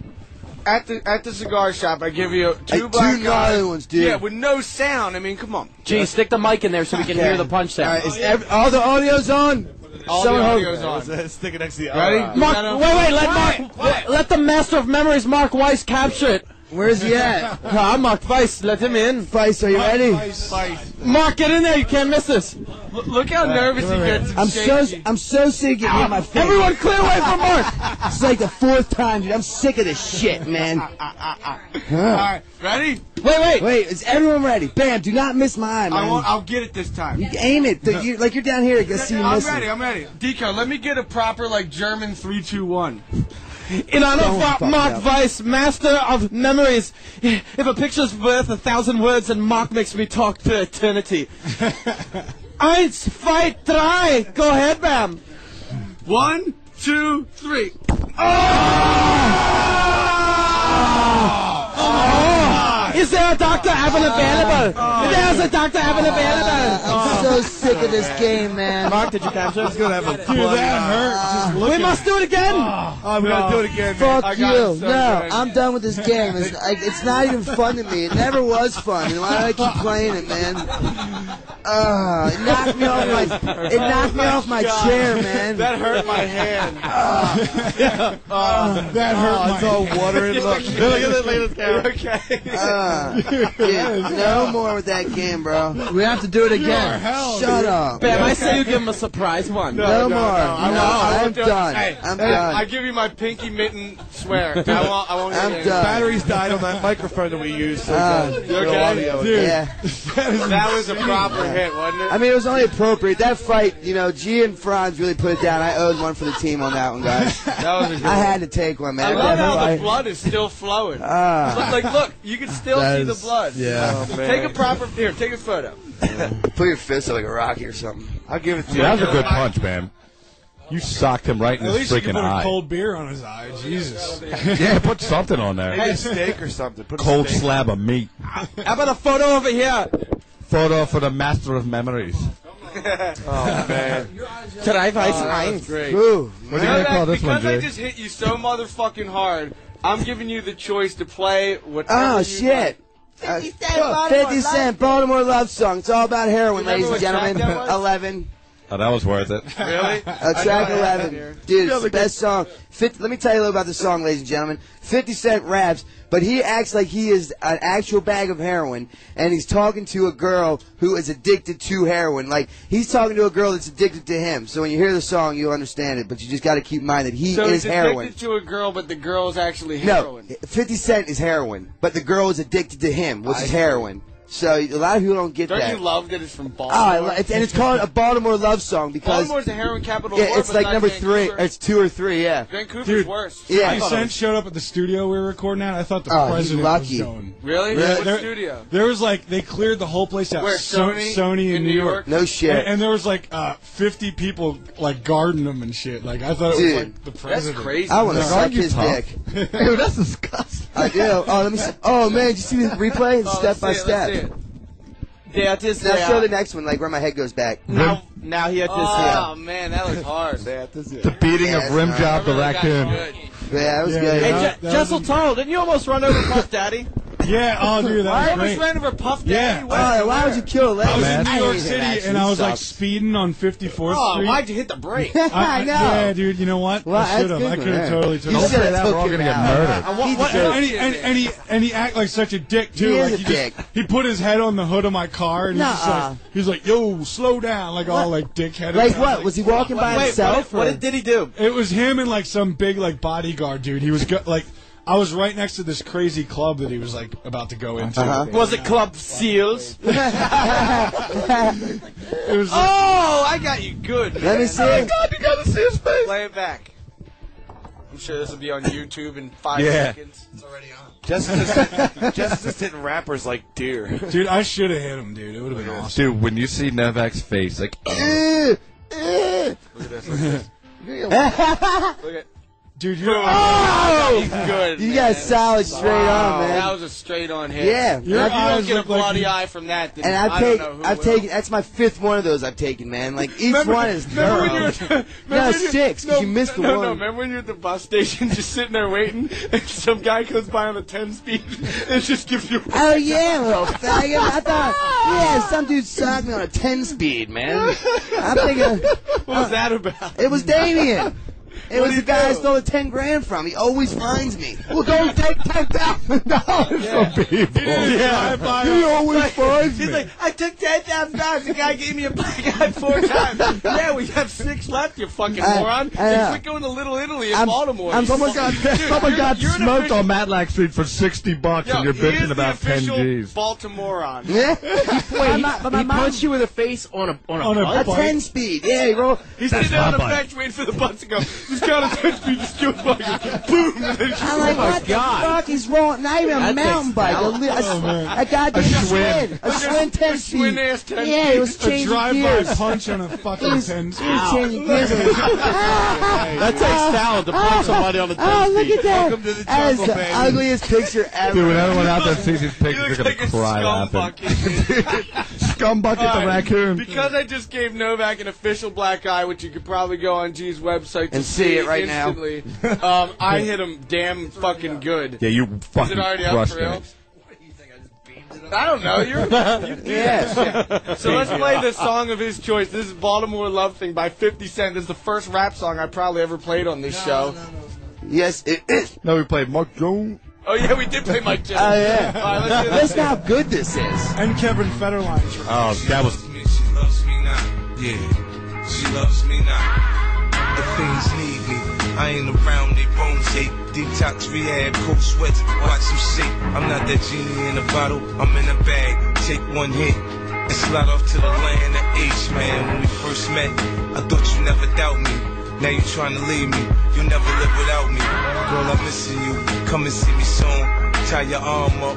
Speaker 6: at the at the cigar shop, I give you two
Speaker 11: two
Speaker 6: black
Speaker 11: gnarly
Speaker 6: eyes.
Speaker 11: ones, dude.
Speaker 6: Yeah, with no sound. I mean, come on.
Speaker 13: Gee, stick the mic in there so we can hear the punch sound.
Speaker 11: All, right, is ev- all the audio's on.
Speaker 6: All
Speaker 11: Someone
Speaker 6: the
Speaker 11: hold-
Speaker 6: audio's on.
Speaker 20: uh, Stick it next to the
Speaker 11: Ready?
Speaker 13: Uh, Mark,
Speaker 11: No,
Speaker 13: wait,
Speaker 11: no.
Speaker 13: wait, let
Speaker 11: Quiet,
Speaker 13: Mark, let the master of memories, Mark Weiss, capture it.
Speaker 11: Where's he at?
Speaker 13: Ah, Mark Weiss, let him in.
Speaker 11: Weiss, are you ready?
Speaker 13: Mark, get in there. You can't miss this.
Speaker 6: Look how nervous he gets. and
Speaker 11: Uh, I'm so
Speaker 6: shaky.
Speaker 11: I'm so sick of getting my face.
Speaker 13: Everyone clear away from Mark.
Speaker 11: It's like the fourth time, dude. I'm sick of this shit, man.
Speaker 6: Ah, All right, ready?
Speaker 11: Wait, wait, wait! Is everyone ready? Bam! Do not miss my eye, man.
Speaker 6: I won't. I'll get it this time.
Speaker 11: You aim it. The- you- like you're down here. You see you
Speaker 6: I'm
Speaker 11: miss
Speaker 6: ready.
Speaker 11: it.
Speaker 6: I'm ready. Deco, let me get a proper like German three, two, one.
Speaker 13: In honor
Speaker 11: Don't
Speaker 13: of
Speaker 11: fuck
Speaker 13: Mark
Speaker 11: up.
Speaker 13: Weiss, master of memories, if a picture's worth a thousand words, and Mark makes me talk to eternity. Eins, zwei, drei. Go ahead, Bam.
Speaker 6: One, two, three.
Speaker 13: Is there a Dr. Evan
Speaker 6: Oh,
Speaker 13: available? There's a Dr. Evan available.
Speaker 11: I'm so sick of this game, Oh, man.
Speaker 13: Mark, did you capture? He's
Speaker 20: gonna have a
Speaker 11: Dude, that Uh,
Speaker 20: hurt.
Speaker 13: We must do it again.
Speaker 20: Oh,
Speaker 14: Oh,
Speaker 20: I'm gonna do it again. man.
Speaker 11: Fuck
Speaker 20: I
Speaker 11: you!
Speaker 20: got it
Speaker 11: No,
Speaker 20: so good.
Speaker 11: I'm done with this game. It's, like, it's not even fun to me. It never was fun. And why do I keep playing it, man? Uh, it knocked me off my it knocked
Speaker 20: Oh
Speaker 11: me off
Speaker 14: Oh
Speaker 11: my chair, man.
Speaker 6: That hurt my hand.
Speaker 11: Oh,
Speaker 12: that hurt my.
Speaker 20: Oh, It's all water and look. Look at the latest camera.
Speaker 11: Uh, dude, no more with that game, bro.
Speaker 14: We have to do it
Speaker 12: Your
Speaker 14: again.
Speaker 12: hell.
Speaker 11: Shut up.
Speaker 13: Oh, Bam, I say you give him a surprise one.
Speaker 11: No, more. No,
Speaker 6: I won't- I won't
Speaker 11: I'm
Speaker 6: do it.
Speaker 11: done.
Speaker 6: Hey,
Speaker 11: I'm
Speaker 6: hey,
Speaker 11: done.
Speaker 6: I give you my pinky mitten swear. I won't. I won't.
Speaker 11: I'm
Speaker 6: get it.
Speaker 11: done.
Speaker 20: Batteries died on that microphone that we used. So
Speaker 11: Uh,
Speaker 20: uh,
Speaker 6: You okay?
Speaker 20: audio.
Speaker 11: Dude.
Speaker 6: That was a proper hit, wasn't it?
Speaker 11: I mean, it was only appropriate. That fight, you know, G and Franz really put it down. I owed one for the team on that one, guys.
Speaker 6: That was a good
Speaker 11: I had to take one,
Speaker 6: I
Speaker 11: man. That
Speaker 6: love how the
Speaker 11: fight.
Speaker 6: blood is still flowing.
Speaker 11: Ah.
Speaker 6: Look- like, look, you can still
Speaker 11: That
Speaker 6: see the
Speaker 11: is-
Speaker 6: blood.
Speaker 11: yeah. Oh, man.
Speaker 6: take a proper here. Take a photo.
Speaker 11: Put your fist up like a rocky or something.
Speaker 20: I'll give it to you.
Speaker 21: that was a good punch, man. You socked him right in
Speaker 12: At
Speaker 21: his
Speaker 12: least you
Speaker 21: freaking
Speaker 12: can put a
Speaker 21: eye.
Speaker 12: cold beer on his eye. Jesus.
Speaker 21: yeah, put something on there.
Speaker 20: Maybe a steak or something. Put a
Speaker 21: Cold
Speaker 20: steak.
Speaker 21: slab of meat.
Speaker 13: How about a photo over here?
Speaker 21: Photo for the master of memories.
Speaker 20: Oh man.
Speaker 13: Drei Weiss
Speaker 6: That's
Speaker 13: eins.
Speaker 6: Oh, great.
Speaker 11: Ooh,
Speaker 21: What are you gonna
Speaker 6: Novak,
Speaker 21: call this
Speaker 6: because
Speaker 21: one,
Speaker 6: I
Speaker 21: Jay?
Speaker 6: just hit you so motherfucking hard, I'm giving you the choice to play whatever.
Speaker 11: Oh
Speaker 6: you
Speaker 11: shit. Uh,
Speaker 18: 50 Cent Baltimore
Speaker 11: 50 Cent Baltimore love song. It's all about heroin,
Speaker 6: Remember
Speaker 11: ladies and
Speaker 6: what track
Speaker 11: gentlemen.
Speaker 6: that was?
Speaker 11: Eleven.
Speaker 6: Like.
Speaker 14: Oh, that was worth it.
Speaker 7: Really?
Speaker 11: Uh, track 11. Dude, it's the best song. 50, let me tell you a little about the song, ladies and gentlemen. 50 Cent raps, but he acts like he is an actual bag of heroin, and he's talking to a girl who is addicted to heroin. Like, he's talking to a girl that's addicted to him. So when you hear the song, you'll understand it, but you just got to keep in mind that he
Speaker 6: so
Speaker 11: is
Speaker 6: he's
Speaker 11: heroin.
Speaker 6: addicted to a girl, but the girl is actually
Speaker 11: No,
Speaker 6: heroin.
Speaker 11: 50 Cent is heroin, but the girl is addicted to him, which
Speaker 6: I
Speaker 11: is
Speaker 6: see.
Speaker 11: heroin. So a lot of people don't get
Speaker 6: Don't
Speaker 11: that.
Speaker 6: you love that it's from
Speaker 11: Oh,
Speaker 6: Baltimore?
Speaker 11: I li- it's- and it's called a Baltimore love song because
Speaker 6: Baltimore's the heroin capital. of the
Speaker 11: yeah,
Speaker 6: world,
Speaker 11: it's
Speaker 6: but
Speaker 11: like
Speaker 6: not
Speaker 11: number
Speaker 6: Vancouver.
Speaker 11: three. or It's two or three. Yeah.
Speaker 6: Vancouver's
Speaker 12: Dude,
Speaker 6: worse.
Speaker 12: Yeah.
Speaker 6: I
Speaker 12: When
Speaker 6: thought it
Speaker 12: Sen
Speaker 6: was-
Speaker 12: showed up at the studio we were recording at, I thought the
Speaker 6: Oh, he's
Speaker 12: president
Speaker 6: lucky.
Speaker 12: was going.
Speaker 6: Really?
Speaker 12: Yeah,
Speaker 6: What
Speaker 12: there,
Speaker 6: studio?
Speaker 12: There was like they cleared the whole place out.
Speaker 6: Where,
Speaker 12: So-
Speaker 6: Sony?
Speaker 12: Sony in, New York.
Speaker 11: No shit.
Speaker 12: And, and there was like uh, 50 people like guarding them and shit. Like I thought it
Speaker 11: Dude,
Speaker 12: was like the
Speaker 11: that's
Speaker 12: president.
Speaker 11: crazy. I wanna
Speaker 12: Like,
Speaker 11: suck
Speaker 12: aren't you
Speaker 11: his
Speaker 12: tough?
Speaker 11: dick. Dude, that's
Speaker 12: disgusting.
Speaker 11: I do. Oh, let me. See. Oh man, did you see the replay? It's
Speaker 6: Oh,
Speaker 11: step
Speaker 6: let's
Speaker 11: by
Speaker 6: see it,
Speaker 11: step.
Speaker 6: let's see Yeah, it is.
Speaker 11: Now
Speaker 6: yeah.
Speaker 11: show the next one, like where my head goes back. Now,
Speaker 10: now he had
Speaker 6: oh, man, that looks hard. yeah, this is
Speaker 11: The beating
Speaker 14: of Rim Job the raccoon.
Speaker 11: Yeah, that was
Speaker 14: Yeah,
Speaker 11: good.
Speaker 14: yeah.
Speaker 10: Hey, Je- Jessel Tunnel, didn't you almost run over Puff Daddy?
Speaker 12: Yeah, oh, dude, that was
Speaker 10: I almost
Speaker 12: great.
Speaker 10: ran over Puff
Speaker 12: Yeah.
Speaker 10: Daddy. Why-
Speaker 12: Oh,
Speaker 10: why
Speaker 12: where?
Speaker 10: would you kill a lady?
Speaker 12: I was
Speaker 10: Man,
Speaker 12: in
Speaker 10: I
Speaker 12: New York
Speaker 10: hate that
Speaker 12: City
Speaker 10: action.
Speaker 12: and I was like
Speaker 10: Sucks.
Speaker 12: speeding on 54th
Speaker 10: Oh,
Speaker 12: Street.
Speaker 10: why'd you hit the brake?
Speaker 12: I,
Speaker 10: I know.
Speaker 12: Yeah, dude. You know what?
Speaker 10: Well,
Speaker 12: I
Speaker 10: that's
Speaker 12: should have.
Speaker 10: good
Speaker 12: I
Speaker 10: one
Speaker 12: could have
Speaker 10: there.
Speaker 12: totally took
Speaker 10: You
Speaker 12: it.
Speaker 10: should've Don't say that, took we're all it gonna get out. murdered. I want-
Speaker 12: He
Speaker 10: what
Speaker 12: deserves-
Speaker 10: else
Speaker 12: and,
Speaker 10: is
Speaker 12: he, and,
Speaker 10: there?
Speaker 12: and he and he act like such a dick too.
Speaker 10: He
Speaker 12: like
Speaker 10: is a
Speaker 12: he just-
Speaker 10: dick.
Speaker 12: he put his head on the hood of my car and he's just
Speaker 10: Nuh-uh.
Speaker 12: like he's like, "Yo, slow down!" Like all like dickhead.
Speaker 10: Like
Speaker 12: I
Speaker 10: what? Was he walking by Wait, what- himself, what or- did- did he do?
Speaker 12: It was him and like some big like bodyguard dude. He was go- like. I was right next to this crazy club that he was like about to go into.
Speaker 10: Uh-huh. Was it Club Seals?
Speaker 12: It was
Speaker 6: Oh, I got you good.
Speaker 12: Let
Speaker 6: man.
Speaker 12: me see Oh my it.
Speaker 6: God, you gotta see his face. Play it back. I'm sure this will be on YouTube in five
Speaker 7: Yeah.
Speaker 6: seconds. It's already on.
Speaker 7: Justice, Justice hitting rappers like deer.
Speaker 12: Dude, I should have hit him, dude. It would have been awesome.
Speaker 14: Dude, when you see Nevak's face, like,
Speaker 12: Look
Speaker 10: Eh,
Speaker 13: at
Speaker 12: this.
Speaker 6: Look at.
Speaker 12: Dude,
Speaker 6: you
Speaker 11: Oh!
Speaker 6: He's good.
Speaker 11: You got solid straight on, man.
Speaker 6: Oh, That was a straight on hit.
Speaker 11: Yeah.
Speaker 6: If
Speaker 11: Your
Speaker 6: you don't
Speaker 11: eyes
Speaker 6: get a
Speaker 11: look like
Speaker 6: bloody
Speaker 11: you-
Speaker 6: eye from that, then
Speaker 11: And I've
Speaker 6: I
Speaker 11: taken,
Speaker 6: don't know who
Speaker 11: I've
Speaker 6: will.
Speaker 11: taken. That's my fifth one of those I've taken, man. Like each
Speaker 6: Remember-
Speaker 11: one is
Speaker 6: remember when you were-
Speaker 11: thorough.
Speaker 6: Remember
Speaker 11: no,
Speaker 6: when you-
Speaker 11: six. 'cause
Speaker 6: no,
Speaker 11: you missed the
Speaker 6: no,
Speaker 11: one.
Speaker 6: No, remember when you're at the bus station just sitting there waiting and some guy comes by on a 10 speed and just gives you
Speaker 11: Oh yeah, little faggot. I thought, yeah, some dude socked me on a ten speed, man. I'm thinking,
Speaker 6: What was that about?
Speaker 11: It was Damien. It
Speaker 6: What
Speaker 11: was the
Speaker 6: do you
Speaker 11: guy I
Speaker 6: do?
Speaker 11: stole the ten grand from. He always finds me. We'll go take ten thousand dollars from people.
Speaker 13: Yeah.
Speaker 11: Yeah.
Speaker 13: He always
Speaker 11: Like,
Speaker 13: finds
Speaker 11: he's
Speaker 13: me.
Speaker 11: like,
Speaker 6: I took ten thousand dollars. The guy gave me a black eye four times. yeah, we have six left. You fucking
Speaker 13: I-
Speaker 6: moron.
Speaker 13: I
Speaker 6: And
Speaker 13: know.
Speaker 6: quit going to Little Italy in
Speaker 13: Uh, I'm-
Speaker 6: Baltimore.
Speaker 13: I'm-
Speaker 6: you
Speaker 13: someone
Speaker 6: fucking-
Speaker 13: got-
Speaker 6: Dude,
Speaker 14: someone
Speaker 6: you're-
Speaker 14: got
Speaker 6: you're an
Speaker 14: smoked
Speaker 6: official-
Speaker 14: on Matlack Street for 60 bucks,
Speaker 6: Yo,
Speaker 14: and you're
Speaker 6: he is
Speaker 14: bitching
Speaker 6: the
Speaker 14: about 10
Speaker 6: official
Speaker 14: G's.
Speaker 6: Baltimorean.
Speaker 11: Yeah.
Speaker 10: Wait, he, he punched you in the face on a on a,
Speaker 11: On a
Speaker 10: bike?
Speaker 11: bike. 10 speed. Yeah, bro.
Speaker 6: He's
Speaker 10: That's
Speaker 6: sitting there on
Speaker 10: my
Speaker 6: the
Speaker 10: bike.
Speaker 6: bench waiting for the bus to go. This guy on a ten speed just goes by. Boom. And then just-
Speaker 11: I'm like,
Speaker 6: Oh my
Speaker 11: what
Speaker 6: God.
Speaker 11: the fuck is wrong? Not even a
Speaker 6: That
Speaker 11: mountain
Speaker 6: takes
Speaker 11: bike. A,
Speaker 6: talent.
Speaker 11: li- a,
Speaker 6: Oh, man.
Speaker 11: a goddamn
Speaker 6: A Schwinn.
Speaker 11: Schwinn.
Speaker 6: A
Speaker 11: A Schwinn 10
Speaker 6: Schwinn
Speaker 11: speed.
Speaker 6: ass 10
Speaker 11: Yeah,
Speaker 6: speed.
Speaker 11: it was
Speaker 6: A
Speaker 11: changing
Speaker 6: drive-by
Speaker 11: gears.
Speaker 12: punch on a fucking
Speaker 11: It was-
Speaker 12: 10
Speaker 11: It was changing gears. that
Speaker 10: takes
Speaker 6: Ah.
Speaker 10: talent to punch somebody on a 10
Speaker 11: Oh, look
Speaker 10: speed.
Speaker 11: at that.
Speaker 10: Welcome to the
Speaker 11: That is
Speaker 10: jungle,
Speaker 11: the
Speaker 10: baby.
Speaker 11: ugliest picture ever.
Speaker 14: Dude, when everyone out there sees these pictures, they're going to cry laughing. Scumbucket
Speaker 6: All
Speaker 14: the
Speaker 6: right,
Speaker 14: raccoon.
Speaker 6: Because I just gave Novak an official black eye, which you could probably go on G's website to
Speaker 11: And see it right now.
Speaker 6: instantly, now. um, I hit him damn fucking good.
Speaker 14: Yeah, you
Speaker 6: Is
Speaker 14: fucking
Speaker 6: it already up
Speaker 14: crushed
Speaker 6: for real?
Speaker 14: it.
Speaker 6: I don't know. You're, you do that
Speaker 14: Yeah.
Speaker 6: shit. So let's play the song of his choice. This is Baltimore Love Thing by 50 Cent. This is the first rap song I probably ever played on this show.
Speaker 11: Yes, it is.
Speaker 14: No, we played Mark Jones.
Speaker 6: Oh, yeah, we did play Mike Jones.
Speaker 11: Oh, yeah.
Speaker 6: All right, let's do this.
Speaker 11: Listen how good this is.
Speaker 12: And Kevin Federline.
Speaker 14: Oh, that was
Speaker 15: She loves me now. Yeah, she loves me now. The things need me. I ain't around, they bones ache. Detox, rehab, cold sweats, watch some shake. I'm not that genie in a bottle, I'm in a bag. Take one hit and slide off to the land of H, man. When we first met, I thought you never doubt me. Now you tryna leave me, you never live without me. Girl, I'm missing you. Come and see me soon. Tie your arm up,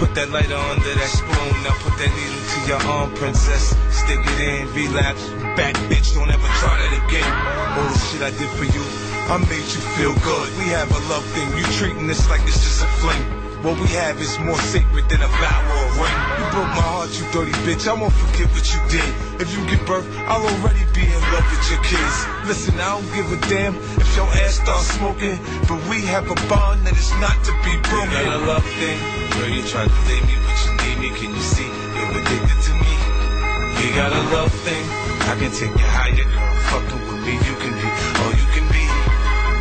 Speaker 15: put that lighter under that spoon. Now put that needle to your arm, princess. Stick it in, relapse. Back, bitch, don't ever try that again. All the shit I did for you, I made you feel good. We have a love thing, you treating this like it's just a fling. What we have is more sacred than a vow or a ring. You broke my heart, you dirty bitch. I won't forget what you did. If you give birth, I'll already be in love with your kids. Listen, I don't give a damn if your ass starts smoking, but we have a bond that is not to be broken. You got a love thing, girl. You tried to leave me, but you need me. Can you see you're addicted to me? You got a love thing. I I can take you higher, girl. Fucking with me, you can be all you can be.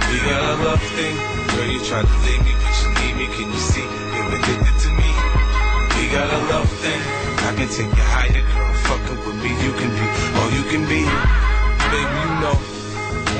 Speaker 15: We got a love thing, girl. You tried to leave me, but you need me. Can you see? You're addicted to me. We got a love thing. I can take you higher, girl. Fucking with me, you can be all you can be. Baby, you know.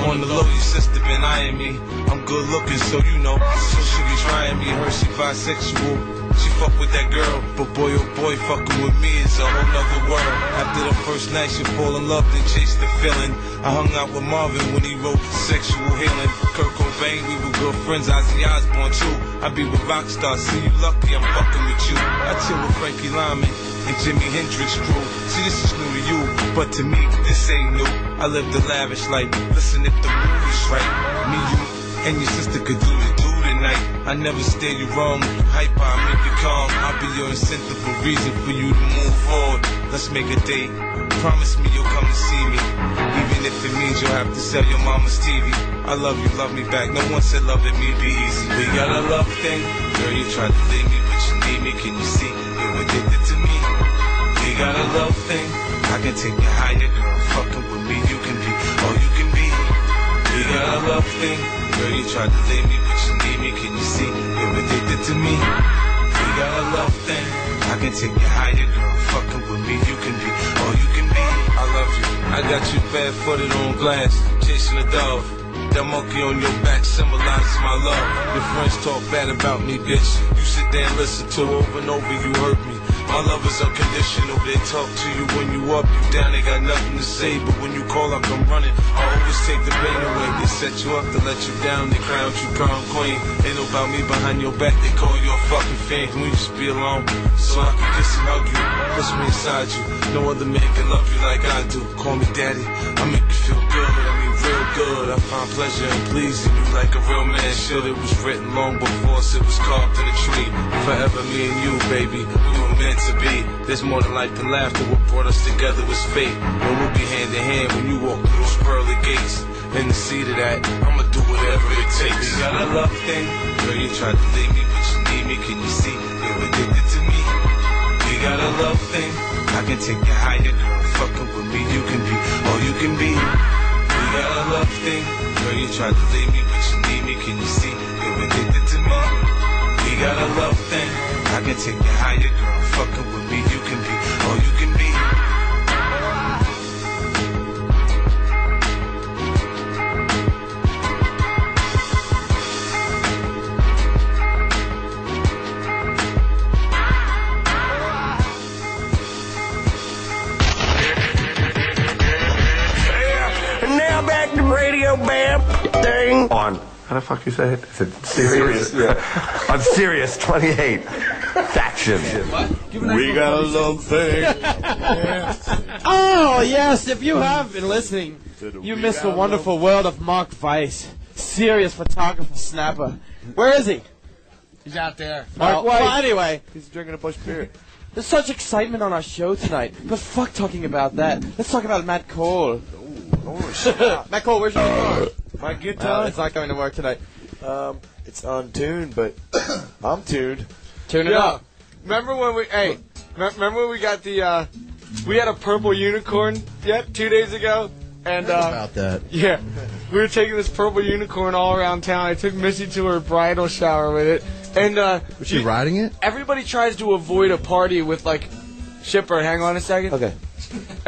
Speaker 15: On the low, your sister been eyeing me. I'm good looking, so you know. So she be trying me. Her, she bisexual. She fuck with that girl, but boy oh boy, fucking with me is a whole nother world. After the first night, she fall in love, then chase the feeling. I hung out with Marvin when he wrote Sexual Healing. Kurt Cobain, we were good friends. Ozzy Osbourne too. I be with rock stars, see you lucky, I'm fucking with you. I chill with Frankie Lyman and Jimi Hendrix crew. See, this is new to you, but to me, this ain't new. I live the lavish life. Listen, if the movie's right, me, you, and your sister could do the do tonight. I never steer you wrong. Hyper, I make you calm. I'll be your incentive, a reason for you to move forward. Let's make a date. Promise me you'll come to see me, even if it means you'll have to sell your mama's TV. I love you, love me back. No one said loving me be easy. We got a love thing, girl. You tried to leave me, but you need me. Can you see? You're addicted to me. We got a love thing. I can take you higher, girl. Fucking with me, you can be all you can be. We got a love thing. Girl, you tried to leave me, but you need me. Can you see? You're addicted to me. We got a love thing. I can take you higher, girl. Fucking with me, you can be all you can be. I love you. I got you barefooted on glass, chasing a dove. That monkey on your back symbolizes my love. Your friends talk bad about me, bitch. You sit there and listen to over and over, you hurt me. My love is unconditional. They talk to you when you up, you down. They got nothing to say, but when you call, I come running. I always take the pain away. They set you up to let you down. They crown you crown queen. They know about me behind your back. They call you a fucking fiend. Can we just be alone so I can kiss and hug you, push me inside you. No other man can love you like I do. Call me daddy. I make you feel good. I mean real good. I find pleasure in pleasing you like a real man should. It was written long before us. It was carved in a tree. Forever me and you, baby. We were meant to be. There's more than life and laughter. What brought us together was fate. And we'll be hand in hand when you walk through those pearly gates. In the seat of that, I'ma do whatever it takes. You got a love thing. Girl, you tried to leave me, but you need me. Can you see? You're addicted to me. You got a love thing. I can take you higher, girl. Fucking with me, you can be all you can be. You got a love thing. Girl, you tried to leave me, but you need me. Can you see? You're addicted to me. You got a love thing. I can take you higher, girl. Fucking with me, you can be all you can be.
Speaker 22: And now back to Radio Bam thing.
Speaker 14: on. How the fuck you say it? Is it serious? yeah. I'm serious. 28. Faction.
Speaker 12: We got a
Speaker 14: love
Speaker 13: oh yes, if you have been listening, you missed the wonderful world of Mark Weiss, serious photographer snapper. Where is he?
Speaker 6: He's out there.
Speaker 13: Mark Weiss. Well, anyway,
Speaker 20: he's drinking a bush beer.
Speaker 13: There's such excitement on our show tonight, but fuck talking about that. Let's talk about Matt Cole. Matt Cole, where's your guitar?
Speaker 20: My guitar?
Speaker 13: Uh, it's not going to work tonight.
Speaker 20: Um, it's on tune, but I'm tuned.
Speaker 13: Tune it
Speaker 6: Yeah.
Speaker 13: up.
Speaker 6: Remember when we? Hey, me- remember when we got the? uh We had a purple unicorn. Yep, two days ago. And uh,
Speaker 23: about that.
Speaker 6: Yeah, we were taking this purple unicorn all around town. I took Missy to her bridal shower with it, and uh,
Speaker 23: Was she riding it?
Speaker 6: everybody tries to avoid a party with like, shipper. Hang on a second.
Speaker 13: Okay.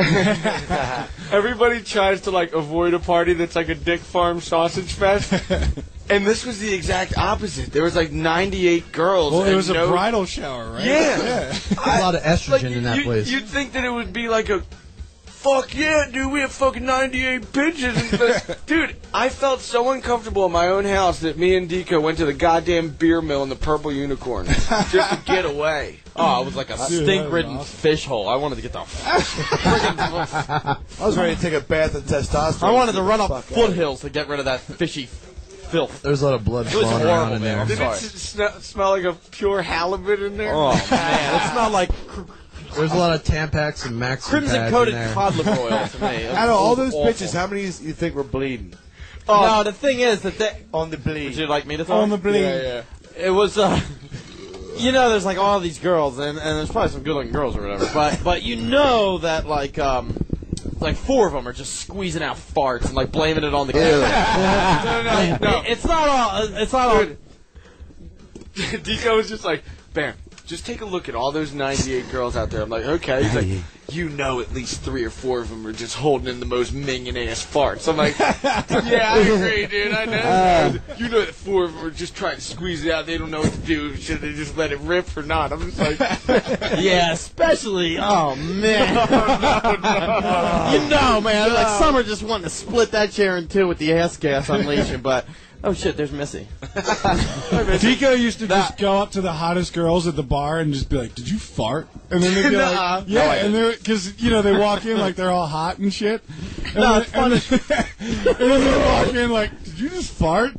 Speaker 6: everybody tries to like avoid a party that's like a Dick Farm sausage fest, and this was the exact opposite. There was like 98 girls.
Speaker 24: Well, it
Speaker 6: and
Speaker 24: was a
Speaker 6: no-
Speaker 24: bridal shower, right?
Speaker 6: Yeah.
Speaker 23: a lot of estrogen in that
Speaker 6: you,
Speaker 23: place.
Speaker 6: You'd think that it would be like a fuck yeah, dude. We have fucking ninety eight bitches. in this." dude, I felt so uncomfortable in my own house that me and Deco went to the goddamn beer mill in the Purple Unicorn just to get away. Oh, it was like a
Speaker 13: Dude, that was
Speaker 6: stink-ridden fish hole. I wanted to get the.
Speaker 20: I was ready to take a bath in testosterone.
Speaker 13: I wanted to run up
Speaker 20: Fuck out.
Speaker 13: foothills to get rid of that fishy filth.
Speaker 23: There's a lot of blood
Speaker 13: It was
Speaker 23: flowing around
Speaker 13: horrible,
Speaker 23: in
Speaker 13: man.
Speaker 23: there.
Speaker 13: I'm
Speaker 6: Did it
Speaker 13: sorry.
Speaker 6: s- sn- smell like a pure halibut in there?
Speaker 13: Oh man, it smelled like
Speaker 23: There's a lot of Tampax and Max
Speaker 13: crimson-coated cod liver oil to me.
Speaker 20: Out of all those
Speaker 13: Awful.
Speaker 20: bitches, how many is- you think were bleeding?
Speaker 14: Oh.
Speaker 13: no, the thing is that they,
Speaker 20: On the bleed.
Speaker 13: would you like me to
Speaker 20: Oh. On the
Speaker 13: talk?
Speaker 20: bleed.
Speaker 13: Yeah, yeah. It was. Uh, you know, there's like all these girls, and, and there's probably some good-looking girls or whatever. But but you know that like um,
Speaker 25: like four of them are just squeezing out farts and like blaming it on the
Speaker 13: Ew.
Speaker 25: camera.
Speaker 6: no, no, no.
Speaker 25: It's not all. It's not all.
Speaker 6: Deco was just like, bam, just take a look at all those 98 girls out there. I'm like, okay. He's like, you know at least three or four of them are just holding in the most minion ass farts. I'm like, yeah, I agree, dude. I know. you know that four of them are just trying to squeeze it out. They don't know what to do. Should they just let it rip or not? I'm just like,
Speaker 13: Yeah, especially. Oh man. you know, man. Like some are just wanting to split that chair in two with the ass gas unleashing, but oh shit, there's Missy.
Speaker 12: Deco used to just go up to the hottest girls at the bar and just be like, "Did you fart?" And then they'd be
Speaker 13: Nuh-uh.
Speaker 12: like,
Speaker 13: No, I
Speaker 12: "Yeah," and they because you know they walk in like they're all hot and shit. And
Speaker 13: No,
Speaker 12: then,
Speaker 13: it's funny.
Speaker 12: And then, and then they walk in like, "Did you just fart?"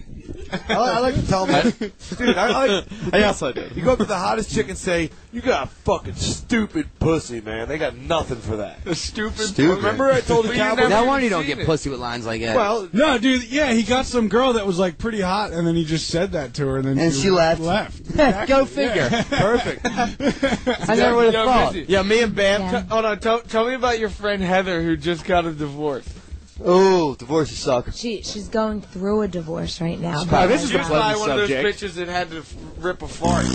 Speaker 7: I, I like to tell them, dude. I like.
Speaker 25: I also did.
Speaker 7: You go up to the hottest chick and say, "You got a fucking stupid pussy, man. They got nothing for that."
Speaker 6: stupid.
Speaker 7: Stupid. Remember I told the cowboy-
Speaker 11: No wonder you don't
Speaker 7: seen
Speaker 11: get
Speaker 7: it.
Speaker 11: pussy with lines like that.
Speaker 7: Well-
Speaker 12: no, dude. Yeah, he got some girl that was like pretty hot, and then he just said that to her, and then
Speaker 11: And she left.
Speaker 12: Left.
Speaker 11: Go figure.
Speaker 7: Perfect.
Speaker 11: I never would have thought.
Speaker 6: Yeah, me and Bam. T- hold on. Tell, tell me about your friend Heather who just got a divorce.
Speaker 11: Oh, divorces suck.
Speaker 26: She she's going through a divorce right now.
Speaker 6: She was probably one of those bitches that had to f- rip a fart.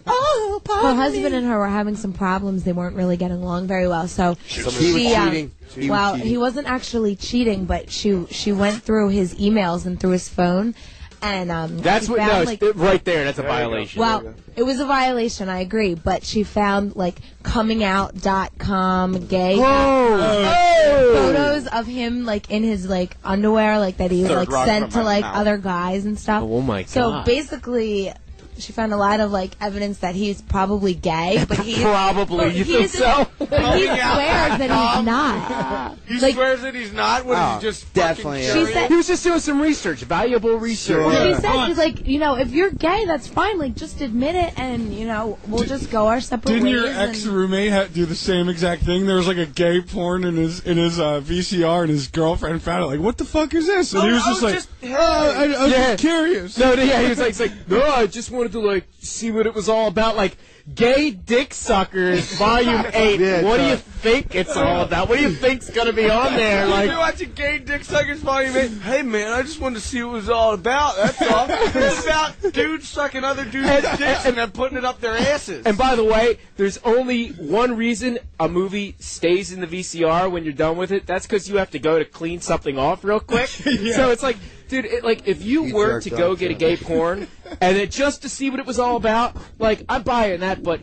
Speaker 26: Well, her husband and her were having some problems. They weren't really getting along very well. So
Speaker 11: She was cheating.
Speaker 26: um,
Speaker 11: Cheating. He was
Speaker 26: well,
Speaker 11: cheating.
Speaker 26: he wasn't actually cheating, but she she went through his emails and through his phone, and um,
Speaker 10: That's
Speaker 26: she
Speaker 10: what.
Speaker 26: found,
Speaker 10: No,
Speaker 26: like,
Speaker 10: th- right there. That's a violation.
Speaker 26: Well, it was a violation, I agree, but she found like comingout.com gay
Speaker 13: Oh.
Speaker 26: photos of him like in his like underwear like that he was
Speaker 10: Third
Speaker 26: like
Speaker 10: rock
Speaker 26: sent
Speaker 10: from
Speaker 26: to
Speaker 10: my
Speaker 26: like
Speaker 10: mouth.
Speaker 26: other guys and stuff.
Speaker 10: Oh, my
Speaker 26: So
Speaker 10: God.
Speaker 26: basically she found a lot of like evidence that he's probably gay, but he
Speaker 10: Probably.
Speaker 26: but
Speaker 10: You
Speaker 26: he
Speaker 10: think
Speaker 26: isn't-
Speaker 10: so?
Speaker 26: But he
Speaker 13: Coming
Speaker 26: swears
Speaker 13: out.
Speaker 26: that he's not.
Speaker 6: Um, He swears that he's not. What
Speaker 10: Oh,
Speaker 6: is he just
Speaker 10: definitely.
Speaker 6: Fucking
Speaker 10: She
Speaker 6: curious?
Speaker 10: said, he was just doing some research, valuable research.
Speaker 26: Well, he said, he's like, you know, if you're gay, that's fine. Like, just admit it, and you know, we'll just go our separate
Speaker 12: Didn't
Speaker 26: ways.
Speaker 12: your
Speaker 26: and-
Speaker 12: ex roommate ha- do the same exact thing? There was like a gay porn in his in his uh, VCR, and his girlfriend found it. Like, what the fuck is this? And he was just like, "Oh, I, I was just curious."
Speaker 10: No, no, yeah, he was like, he's like, no, I just wanted to like see what it was all about. Like, gay dick suckers, volume eight.
Speaker 13: Yeah,
Speaker 10: what do
Speaker 13: God.
Speaker 10: you think it's all about? What do you think's gonna be on there?
Speaker 6: You
Speaker 10: Like,
Speaker 6: be watching Gay Dick Suckers Volume 8. Hey, man, I just wanted to see what it was all about. That's all. it's about dudes sucking other dudes' dicks and then putting it up their asses.
Speaker 10: And by the way, there's only one reason a movie stays in the VCR when you're done with it. That's because you have to go to clean something off real quick. So it's like, dude, it, like if you,
Speaker 13: You
Speaker 10: were to
Speaker 13: jerked
Speaker 10: go
Speaker 13: off,
Speaker 10: get a
Speaker 13: yeah.
Speaker 10: gay porn and it, just to see what it was all about, like I'm buying that, but.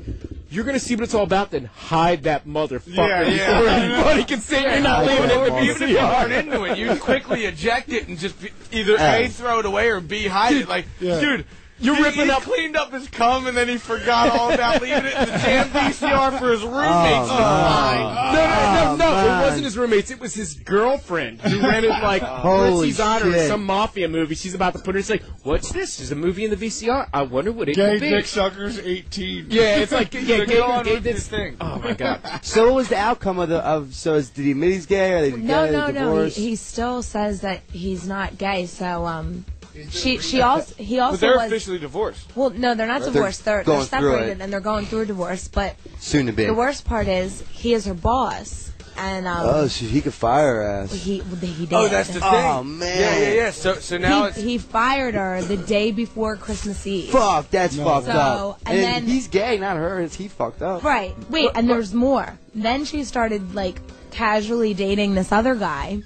Speaker 10: You're gonna see what it's all about, then hide that motherfucker
Speaker 6: Yeah, yeah.
Speaker 10: before anybody can see it. You're not leaving it in the
Speaker 6: Even if you
Speaker 10: VCR.
Speaker 6: weren't into it, you'd quickly eject it and just be, either A,
Speaker 10: Yeah.
Speaker 6: throw it away, or B, hide it. Like,
Speaker 10: yeah.
Speaker 6: dude.
Speaker 10: You're
Speaker 6: he,
Speaker 10: ripping
Speaker 6: he
Speaker 10: up-
Speaker 6: cleaned up his cum and then he forgot all about leaving it in the damn VCR for his roommates to
Speaker 26: Oh,
Speaker 6: find.
Speaker 10: No, no, no, no.
Speaker 6: man.
Speaker 10: It wasn't his roommates. It was his girlfriend who rented like
Speaker 13: Holy
Speaker 10: Ritzy's Honor or
Speaker 13: shit.
Speaker 10: some mafia movie. She's about to put her. It's like, what's this? There's a movie in the VCR. I wonder what it
Speaker 12: Gay
Speaker 10: could be.
Speaker 12: dick suckers, eighteen.
Speaker 10: Yeah, it's like yeah,
Speaker 12: So
Speaker 10: gay,
Speaker 12: get on
Speaker 10: gay
Speaker 12: with
Speaker 10: dick
Speaker 12: your thing.
Speaker 10: Oh my god.
Speaker 11: So what was the outcome of the of so is, did he admit he's gay? Are they
Speaker 26: No,
Speaker 11: together?
Speaker 26: no, no.
Speaker 11: divorced?
Speaker 26: He, he still says that he's not gay. So um, she she also he
Speaker 6: But
Speaker 26: also
Speaker 6: they're
Speaker 26: was.
Speaker 6: officially divorced.
Speaker 26: well, no, they're not
Speaker 11: They're
Speaker 26: divorced. They're they're
Speaker 11: going through it.
Speaker 26: separated and they're going through a divorce. But
Speaker 11: Soon to be.
Speaker 26: the worst part is he is her boss, and um,
Speaker 11: Oh, so he could fire her ass.
Speaker 26: he he did.
Speaker 6: Oh, that's the thing.
Speaker 11: Oh, man.
Speaker 6: Yeah, yeah, yeah. So, so now it's
Speaker 26: he, he fired her the day before Christmas Eve.
Speaker 11: Fuck, that's fucked
Speaker 26: so,
Speaker 11: up.
Speaker 26: And, then
Speaker 11: he's gay, not her. It's he fucked up.
Speaker 26: Right. Wait, and there's more. Then she started like casually dating this other guy.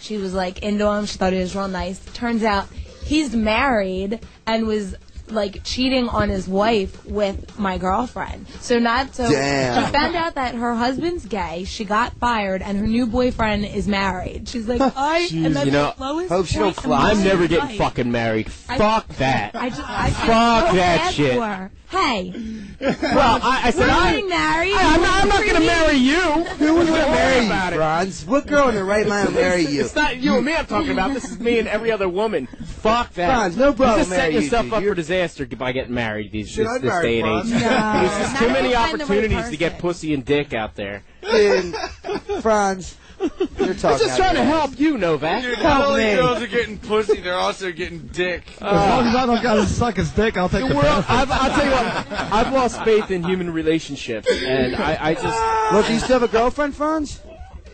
Speaker 26: She was like into him. She thought he was real nice. Turns out he's married and was like cheating on his wife with my girlfriend. So not so
Speaker 13: Damn.
Speaker 26: she found out that her husband's gay. She got fired and her new boyfriend is married. She's like, I am at
Speaker 10: you know,
Speaker 26: the lowest point in my
Speaker 10: I'm never getting
Speaker 26: life.
Speaker 10: fucking married.
Speaker 26: I-
Speaker 10: Fuck that.
Speaker 26: I just, I feel
Speaker 10: Fuck
Speaker 26: so
Speaker 10: that
Speaker 26: bad
Speaker 10: shit.
Speaker 26: For her. Hey.
Speaker 10: Well, I- I said
Speaker 26: We're
Speaker 10: I-
Speaker 26: getting married.
Speaker 10: I- I'm not- I'm not
Speaker 26: Free
Speaker 10: gonna
Speaker 26: me.
Speaker 10: marry you.
Speaker 11: Who would
Speaker 10: Don't
Speaker 11: want to
Speaker 10: worry
Speaker 11: marry
Speaker 10: about
Speaker 11: you,
Speaker 10: it.
Speaker 11: Bronze? What girl in her right mind would marry you?
Speaker 10: It's not you and me I'm talking about. This is me and every other woman. Fuck that.
Speaker 11: Franz, no bro
Speaker 10: You're just
Speaker 11: marry
Speaker 10: setting
Speaker 11: you,
Speaker 10: yourself
Speaker 11: dude.
Speaker 10: up for disaster by getting married these,
Speaker 11: Dude,
Speaker 10: this,
Speaker 11: I'd
Speaker 10: this
Speaker 11: marry
Speaker 10: day and
Speaker 11: Franz.
Speaker 10: age.
Speaker 11: No.
Speaker 10: There's just
Speaker 11: Not
Speaker 10: too
Speaker 11: if
Speaker 10: many
Speaker 11: you find the right
Speaker 10: opportunities to get pussy and dick out there.
Speaker 11: Dude, Franz, you're talking.
Speaker 10: I'm just trying to help you, Novak.
Speaker 6: Dude,
Speaker 10: Help
Speaker 6: not only
Speaker 10: me.
Speaker 6: girls are getting pussy, they're also getting dick. Uh,
Speaker 8: as long as I don't gotta suck his dick, I'll take
Speaker 10: The
Speaker 8: the
Speaker 10: world,
Speaker 8: best.
Speaker 10: I've, I'll tell you what, I've lost faith in human relationships, and I, I just
Speaker 11: Look, do you still have a girlfriend, Franz?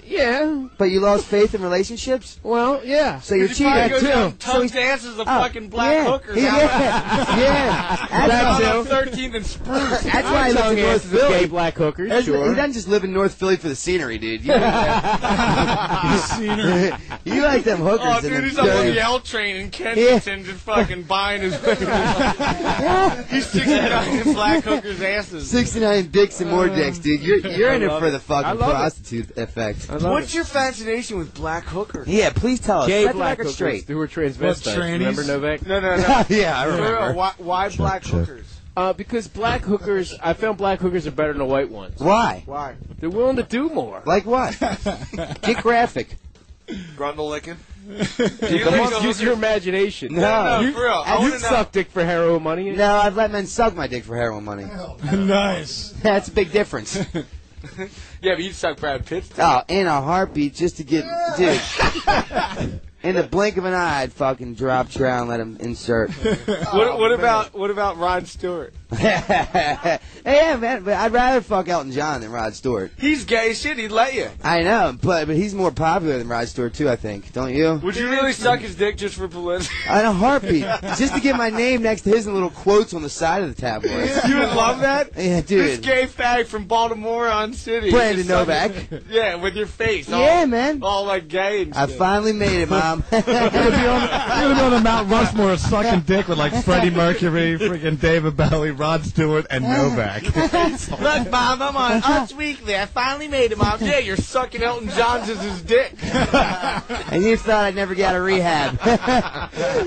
Speaker 11: Yeah. But you lost faith in relationships? Well, yeah. So you're
Speaker 6: Because he probably
Speaker 11: cheating.
Speaker 6: goes out and
Speaker 11: So
Speaker 6: tongue
Speaker 11: he's-
Speaker 6: dances the
Speaker 11: Oh,
Speaker 6: fucking black
Speaker 11: yeah.
Speaker 6: hookers
Speaker 11: Yeah,
Speaker 6: out.
Speaker 11: yeah. yeah.
Speaker 6: That's
Speaker 11: That's
Speaker 6: on
Speaker 11: it.
Speaker 6: 13th and Spruce.
Speaker 11: That's why he lives in North Philly. That's- He doesn't just live in North Philly for the scenery, dude. You, scenery. you like them hookers.
Speaker 6: Oh,
Speaker 11: and
Speaker 6: dude,
Speaker 11: them
Speaker 6: he's up on
Speaker 11: dirty-
Speaker 6: the L train in Kensington just fucking buying his He's sticking it on his black hooker's asses.
Speaker 11: 69 dicks and more dicks, dude. You're, you're
Speaker 6: I
Speaker 11: in it
Speaker 6: love
Speaker 11: for
Speaker 6: it.
Speaker 11: the
Speaker 6: I
Speaker 11: fucking
Speaker 6: love it.
Speaker 11: prostitute effect.
Speaker 6: What's your fascination with black hookers?
Speaker 11: Yeah, please tell us.
Speaker 10: Gay
Speaker 11: Let the
Speaker 10: black
Speaker 11: record
Speaker 10: hookers
Speaker 11: straight.
Speaker 10: who were transvestites.
Speaker 11: What, trannies?
Speaker 10: Remember Novak?
Speaker 11: No, no, no. Yeah, I
Speaker 10: For real,
Speaker 11: remember.
Speaker 10: why-
Speaker 6: why black hookers?
Speaker 10: Uh, because black hookers, I found black hookers are better than the white ones.
Speaker 11: Why?
Speaker 6: Why?
Speaker 10: They're willing to do more.
Speaker 11: Like what? Get graphic.
Speaker 6: Grundle licking?
Speaker 10: Do you
Speaker 6: Come
Speaker 10: guys
Speaker 6: on.
Speaker 10: use your imagination.
Speaker 11: No. No, no,
Speaker 10: you,
Speaker 11: for real. I
Speaker 10: you
Speaker 11: wanna know.
Speaker 10: suck dick for heroin money.
Speaker 11: No, I've let men suck my dick for heroin money. nice. That's a big difference.
Speaker 6: Yeah, but you suck Brad Pitt's dick.
Speaker 11: oh, in a heartbeat just to get, dude. In the blink of an eye, I'd fucking drop Trout and let him insert.
Speaker 6: what what about what about Rod Stewart?
Speaker 11: yeah, man, but I'd rather fuck Elton John than Rod Stewart.
Speaker 6: He's gay as shit. He'd let you.
Speaker 11: I know, but but he's more popular than Rod Stewart too. I think, don't you?
Speaker 6: Would you really suck his dick just for politics?
Speaker 11: In a heartbeat, just to get my name next to his and little quotes on the side of the tabloid.
Speaker 6: You would love that.
Speaker 11: Yeah,
Speaker 6: This
Speaker 11: dude.
Speaker 6: gay fag from Baltimore on City.
Speaker 11: Brandon
Speaker 6: Just sucking-
Speaker 11: Novak.
Speaker 6: Yeah, with your face. all-
Speaker 11: Yeah, man.
Speaker 6: All like gay and
Speaker 11: I
Speaker 6: shit.
Speaker 11: finally made it, mom.
Speaker 27: You're gonna be on the Mount Rushmore of sucking dick with like Freddie Mercury, freaking David Bowie, Rod Stewart, and Novak.
Speaker 6: Look, Bob, I'm on
Speaker 11: Uh-huh.
Speaker 6: Us Weekly. I finally made it, Bob. Yeah, you're sucking Elton John's as his dick.
Speaker 11: and you thought I'd never get out of rehab.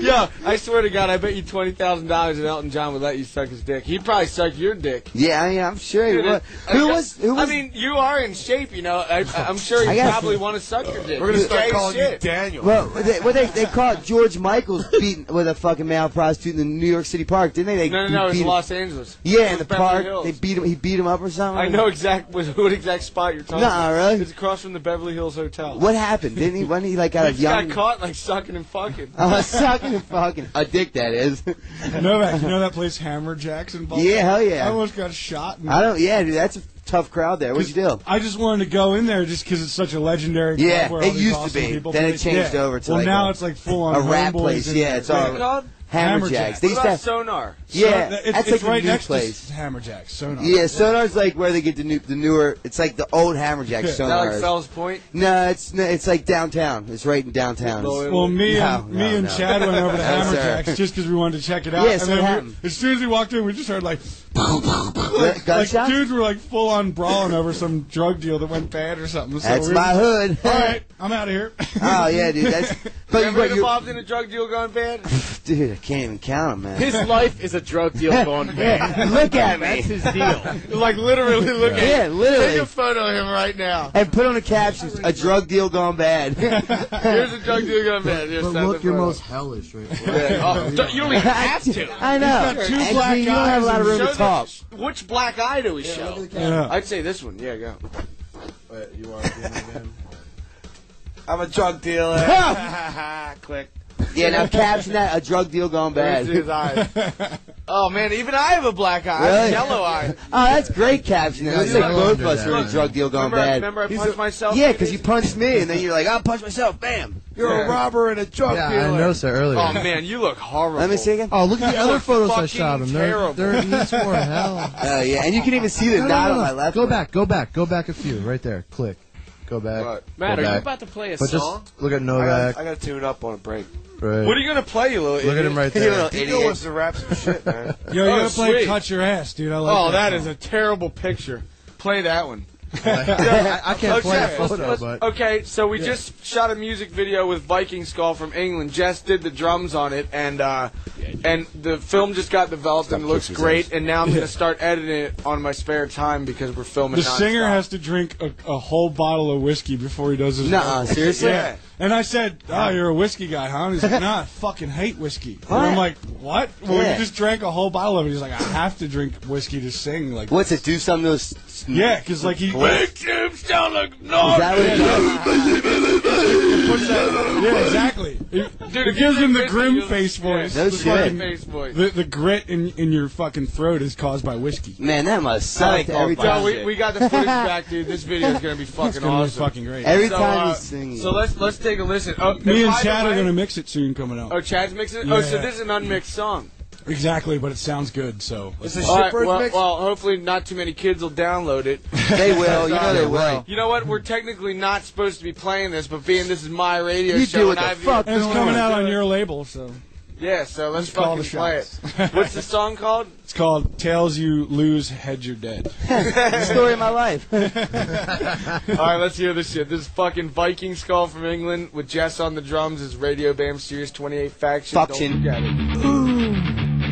Speaker 6: Yo, I swear to God, I bet you twenty thousand dollars if Elton John would let you suck his dick. He'd probably suck your dick.
Speaker 11: yeah, I mean, I'm sure he
Speaker 6: Dude,
Speaker 11: would.
Speaker 6: I-
Speaker 11: Who was? Who
Speaker 6: I
Speaker 11: was?
Speaker 6: mean, you are in shape, you know. I, I- I'm sure
Speaker 11: I
Speaker 6: you
Speaker 11: guess-
Speaker 6: probably want to suck your dick.
Speaker 11: We're gonna
Speaker 6: You're
Speaker 11: start
Speaker 6: gay as
Speaker 11: calling you
Speaker 6: shit.
Speaker 28: Daniel.
Speaker 11: Well, they, well, they, they caught George Michaels beating with a fucking male prostitute in the New York City park, didn't they? they
Speaker 6: no, no,
Speaker 11: he
Speaker 6: no, it's
Speaker 11: beat him-
Speaker 6: Los Angeles.
Speaker 11: Yeah, in the
Speaker 6: It was Beverly
Speaker 11: park,
Speaker 6: Hills.
Speaker 11: they beat him. He beat him up or something.
Speaker 6: I know exact what, what exact spot you're talking.
Speaker 11: Nah,
Speaker 6: about.
Speaker 11: really?
Speaker 6: It's across from the Beverly Hills Hotel.
Speaker 11: What happened? Didn't he? Wasn't he like out
Speaker 6: This
Speaker 11: of young?
Speaker 6: got caught like sucking and fucking.
Speaker 11: Uh, sucking and fucking a dick that is.
Speaker 12: Novak, you know that place Hammerjacks in Baltimore?
Speaker 11: Yeah, hell yeah.
Speaker 12: I almost got shot. in-
Speaker 11: I don't. Oh, Yeah, dude, that's a tough crowd there. What'd you do?
Speaker 12: I just wanted to go in there just because it's such a legendary. club
Speaker 11: Yeah,
Speaker 12: where all
Speaker 11: it
Speaker 12: these
Speaker 11: used
Speaker 12: awesome
Speaker 11: to be.
Speaker 12: people
Speaker 11: Then
Speaker 12: play.
Speaker 11: it changed
Speaker 12: Yeah.
Speaker 11: over to
Speaker 12: well,
Speaker 11: like
Speaker 12: now
Speaker 11: a,
Speaker 12: it's like full on
Speaker 11: a rap
Speaker 12: homeboys
Speaker 11: place.
Speaker 12: and-
Speaker 11: Yeah, it's
Speaker 12: Yeah.
Speaker 11: all
Speaker 12: Hammerjacks.
Speaker 11: Hammerjacks. They
Speaker 12: What
Speaker 11: used
Speaker 12: about
Speaker 11: to have,
Speaker 6: Sonar?
Speaker 11: Yeah,
Speaker 12: Sonar- it's-
Speaker 11: that's
Speaker 12: it's
Speaker 11: like the
Speaker 12: right
Speaker 11: new
Speaker 12: next to
Speaker 11: place.
Speaker 12: Hammerjacks. Sonar.
Speaker 11: Yeah, Sonar's like where they get the new, the newer. It's like the old Hammerjack Sonar.
Speaker 12: Yeah. Is that like
Speaker 11: is.
Speaker 12: Fells
Speaker 6: Point?
Speaker 11: No, it's no, it's like downtown. It's right in downtown. It's-
Speaker 12: Oh, Well, me
Speaker 11: No,
Speaker 12: and
Speaker 11: no,
Speaker 12: me and
Speaker 11: no.
Speaker 12: Chad went over to
Speaker 11: No, sir.
Speaker 12: Hammerjacks just because we wanted to check it out.
Speaker 11: Yes,
Speaker 12: and
Speaker 11: what
Speaker 12: then we-
Speaker 11: happened?
Speaker 12: as soon as we walked in, we just heard like, like,
Speaker 11: gunshots?
Speaker 12: dudes were like full on brawling over some drug deal that went bad or something. So
Speaker 11: That's
Speaker 12: we-
Speaker 11: my hood.
Speaker 12: All right, I'm out of here.
Speaker 11: Oh yeah, dude. That's but
Speaker 6: you
Speaker 11: you,
Speaker 6: ever
Speaker 11: but
Speaker 6: been
Speaker 11: you,
Speaker 6: involved in a drug deal gone bad?
Speaker 11: dude, I can't even count them, man.
Speaker 10: His life is a drug deal gone bad.
Speaker 11: Look at me.
Speaker 10: That's his deal.
Speaker 6: like literally, look at
Speaker 11: Yeah,
Speaker 6: him.
Speaker 11: literally.
Speaker 6: Take a photo of him right now.
Speaker 11: and put on a caption: "A drug deal gone bad."
Speaker 6: Here's a drug deal gone bad. Here's
Speaker 14: But
Speaker 6: something
Speaker 14: look, you're
Speaker 6: for-
Speaker 14: most hellish right now.
Speaker 6: Yeah. Oh, don't- you don't even have to.
Speaker 11: I know. He's got two Actually, black you don't have a lot of room to
Speaker 6: Show the-
Speaker 11: talk.
Speaker 6: Which black eye do we show?
Speaker 11: camera. Yeah.
Speaker 6: I'd say this one. Yeah, go.
Speaker 28: you are again.
Speaker 6: I'm a drug dealer. Ah, Click.
Speaker 11: yeah, now caption that: "A drug deal gone bad."
Speaker 6: There's his eyes. Oh man, even I have a black eye. I have a
Speaker 11: Really?
Speaker 6: yellow eye.
Speaker 11: Oh, that's great captioning. Let's say
Speaker 6: Yeah, yeah.
Speaker 11: both of us were in a
Speaker 6: Yeah.
Speaker 11: drug deal gone
Speaker 6: Remember I-
Speaker 11: bad.
Speaker 6: remember I
Speaker 11: He's
Speaker 6: punched
Speaker 11: a-
Speaker 6: myself?
Speaker 11: Yeah, because you punched me, and then you're like, "Ah, I'll punch myself. Bam!
Speaker 28: You're a robber and a drug
Speaker 14: Yeah, I
Speaker 28: dealer.
Speaker 14: noticed that earlier.
Speaker 6: Oh man, you look horrible.
Speaker 11: Let me see again.
Speaker 14: Oh, look at the
Speaker 11: You
Speaker 14: other
Speaker 11: look
Speaker 14: photos I
Speaker 11: fucking
Speaker 14: shot him. They're,
Speaker 11: terrible.
Speaker 14: they're, that's more hell.
Speaker 11: Oh, yeah, and you can even see
Speaker 14: Uh,
Speaker 11: the
Speaker 14: No, no,
Speaker 11: dot
Speaker 14: no,
Speaker 11: on
Speaker 14: no.
Speaker 11: my left.
Speaker 14: Go
Speaker 11: one.
Speaker 14: back, go back, go back a few, right there. Click, go back.
Speaker 29: Matt,
Speaker 14: go
Speaker 29: are you
Speaker 14: back.
Speaker 29: about to play a
Speaker 14: but
Speaker 29: song?
Speaker 14: Just look at
Speaker 28: I
Speaker 14: Novak.
Speaker 28: gotta, I gotta tune up on a break.
Speaker 14: Right.
Speaker 6: What are you gonna play, you little
Speaker 14: Look
Speaker 6: idiot?
Speaker 14: at him right there. You little
Speaker 6: Dino
Speaker 14: idiot.
Speaker 6: wants to rap some shit, man.
Speaker 12: Yo, you
Speaker 6: Oh,
Speaker 12: gotta play
Speaker 6: sweet.
Speaker 12: "Cut Your Ass," dude. I like.
Speaker 6: oh, that
Speaker 12: song.
Speaker 6: is a terrible picture. Play that one.
Speaker 14: I- I can't play a
Speaker 6: Jeff, let's-
Speaker 14: photo,
Speaker 6: let's-
Speaker 14: but-
Speaker 6: okay, so we
Speaker 14: Yeah.
Speaker 6: just shot a music video with Viking Skull from England. Jess did the drums on it, and uh, and the film just got developed and looks
Speaker 12: kicking
Speaker 6: great.
Speaker 12: his
Speaker 6: And now I'm
Speaker 12: Yeah.
Speaker 6: gonna start editing it on my spare time because we're filming.
Speaker 12: The singer has to drink a, a whole bottle of whiskey before he does his.
Speaker 11: Nuh-uh, seriously?
Speaker 12: Yeah. And I said, "Oh, you're a whiskey guy, huh?" And he's like, "Nah, I fucking hate whiskey." And I'm
Speaker 11: What?
Speaker 12: like, "What?" Well,
Speaker 11: Yeah.
Speaker 12: he just drank a whole bottle of it. He's like, "I have to drink whiskey to sing." Like,
Speaker 11: What's it do? Something to s-
Speaker 12: Yeah, because like he.
Speaker 30: Big
Speaker 12: tubes
Speaker 30: down the
Speaker 12: north.
Speaker 30: that what it is?
Speaker 12: Yeah, exactly. It,
Speaker 30: Dude,
Speaker 12: it
Speaker 30: if you
Speaker 12: gives him
Speaker 30: think
Speaker 12: the
Speaker 30: Christy
Speaker 12: grim
Speaker 30: was-
Speaker 12: face voice.
Speaker 11: No
Speaker 12: the
Speaker 11: shit.
Speaker 12: fucking-
Speaker 11: Face voice.
Speaker 12: The, the grit in, in your fucking throat is caused by whiskey.
Speaker 11: Man, that must
Speaker 12: That
Speaker 11: suck
Speaker 12: ain't
Speaker 6: Oh,
Speaker 11: every
Speaker 12: called
Speaker 11: time.
Speaker 12: bullshit.
Speaker 6: We got the footage back, dude. This video is gonna be
Speaker 12: It's
Speaker 6: fucking
Speaker 12: gonna be
Speaker 6: awesome.
Speaker 12: fucking great.
Speaker 11: Every
Speaker 6: So,
Speaker 11: time
Speaker 6: uh,
Speaker 11: he's singing.
Speaker 6: So let's let's take a listen. Oh,
Speaker 12: Me and
Speaker 6: by the
Speaker 12: Chad are
Speaker 6: way-
Speaker 12: gonna mix it soon coming up.
Speaker 6: Oh, Chad's mixing. it? Oh, so
Speaker 12: Yeah.
Speaker 6: this is an unmixed song.
Speaker 12: Exactly, but it sounds good. So
Speaker 6: All right, well, well, hopefully not too many kids will download it.
Speaker 12: They will, you know they
Speaker 6: Uh,
Speaker 12: will.
Speaker 6: You know what? We're technically not supposed to be playing this, but being this is my radio
Speaker 12: You
Speaker 6: show,
Speaker 12: do what
Speaker 6: and
Speaker 12: the
Speaker 6: I've
Speaker 12: fuck And it's you coming want. out on your label, so
Speaker 6: yeah. So let's
Speaker 12: You call
Speaker 6: fucking
Speaker 12: the
Speaker 6: play it. What's the song called?
Speaker 12: It's called "Tails You Lose, Head You're Dead."
Speaker 11: Story of my life.
Speaker 6: All right, let's hear this shit. This is fucking Viking Skull from England with Jess on the drums. Is Radio Bam Series 28 faction. Don't
Speaker 11: Faction.
Speaker 6: forget it.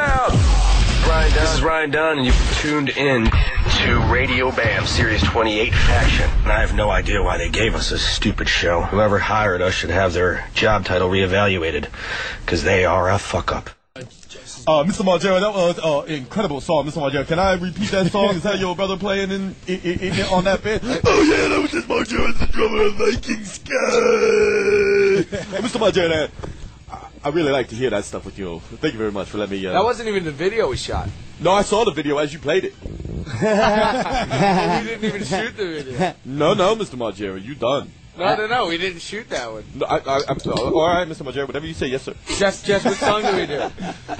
Speaker 14: Ryan Dunn. This is Ryan Dunn, and you've tuned in to Radio Bam Series 28 Faction. And I have no idea why they gave us this stupid show. Whoever hired us should have their job title reevaluated, because they are a fuck up.
Speaker 20: Uh, Mr. Margera, that was uh, incredible song, Mr. Margera. Can I repeat that song? Is that your brother playing in, in, in, in- on that bit? oh yeah, that was just Margera, the drummer of Viking Sky. Uh, Mr. Margera, I, I really like to hear that stuff with you. Thank you very much for letting me. Uh,
Speaker 6: That wasn't even the video we shot.
Speaker 20: no, I saw the video as you played it.
Speaker 6: we didn't even shoot the video.
Speaker 20: No, no, Mr. Margera, you done.
Speaker 6: No, no, no, we didn't shoot that one.
Speaker 20: No, I, I, I'm, all right, Mr. Margera, whatever you say, yes sir.
Speaker 6: Just, just what song did we do?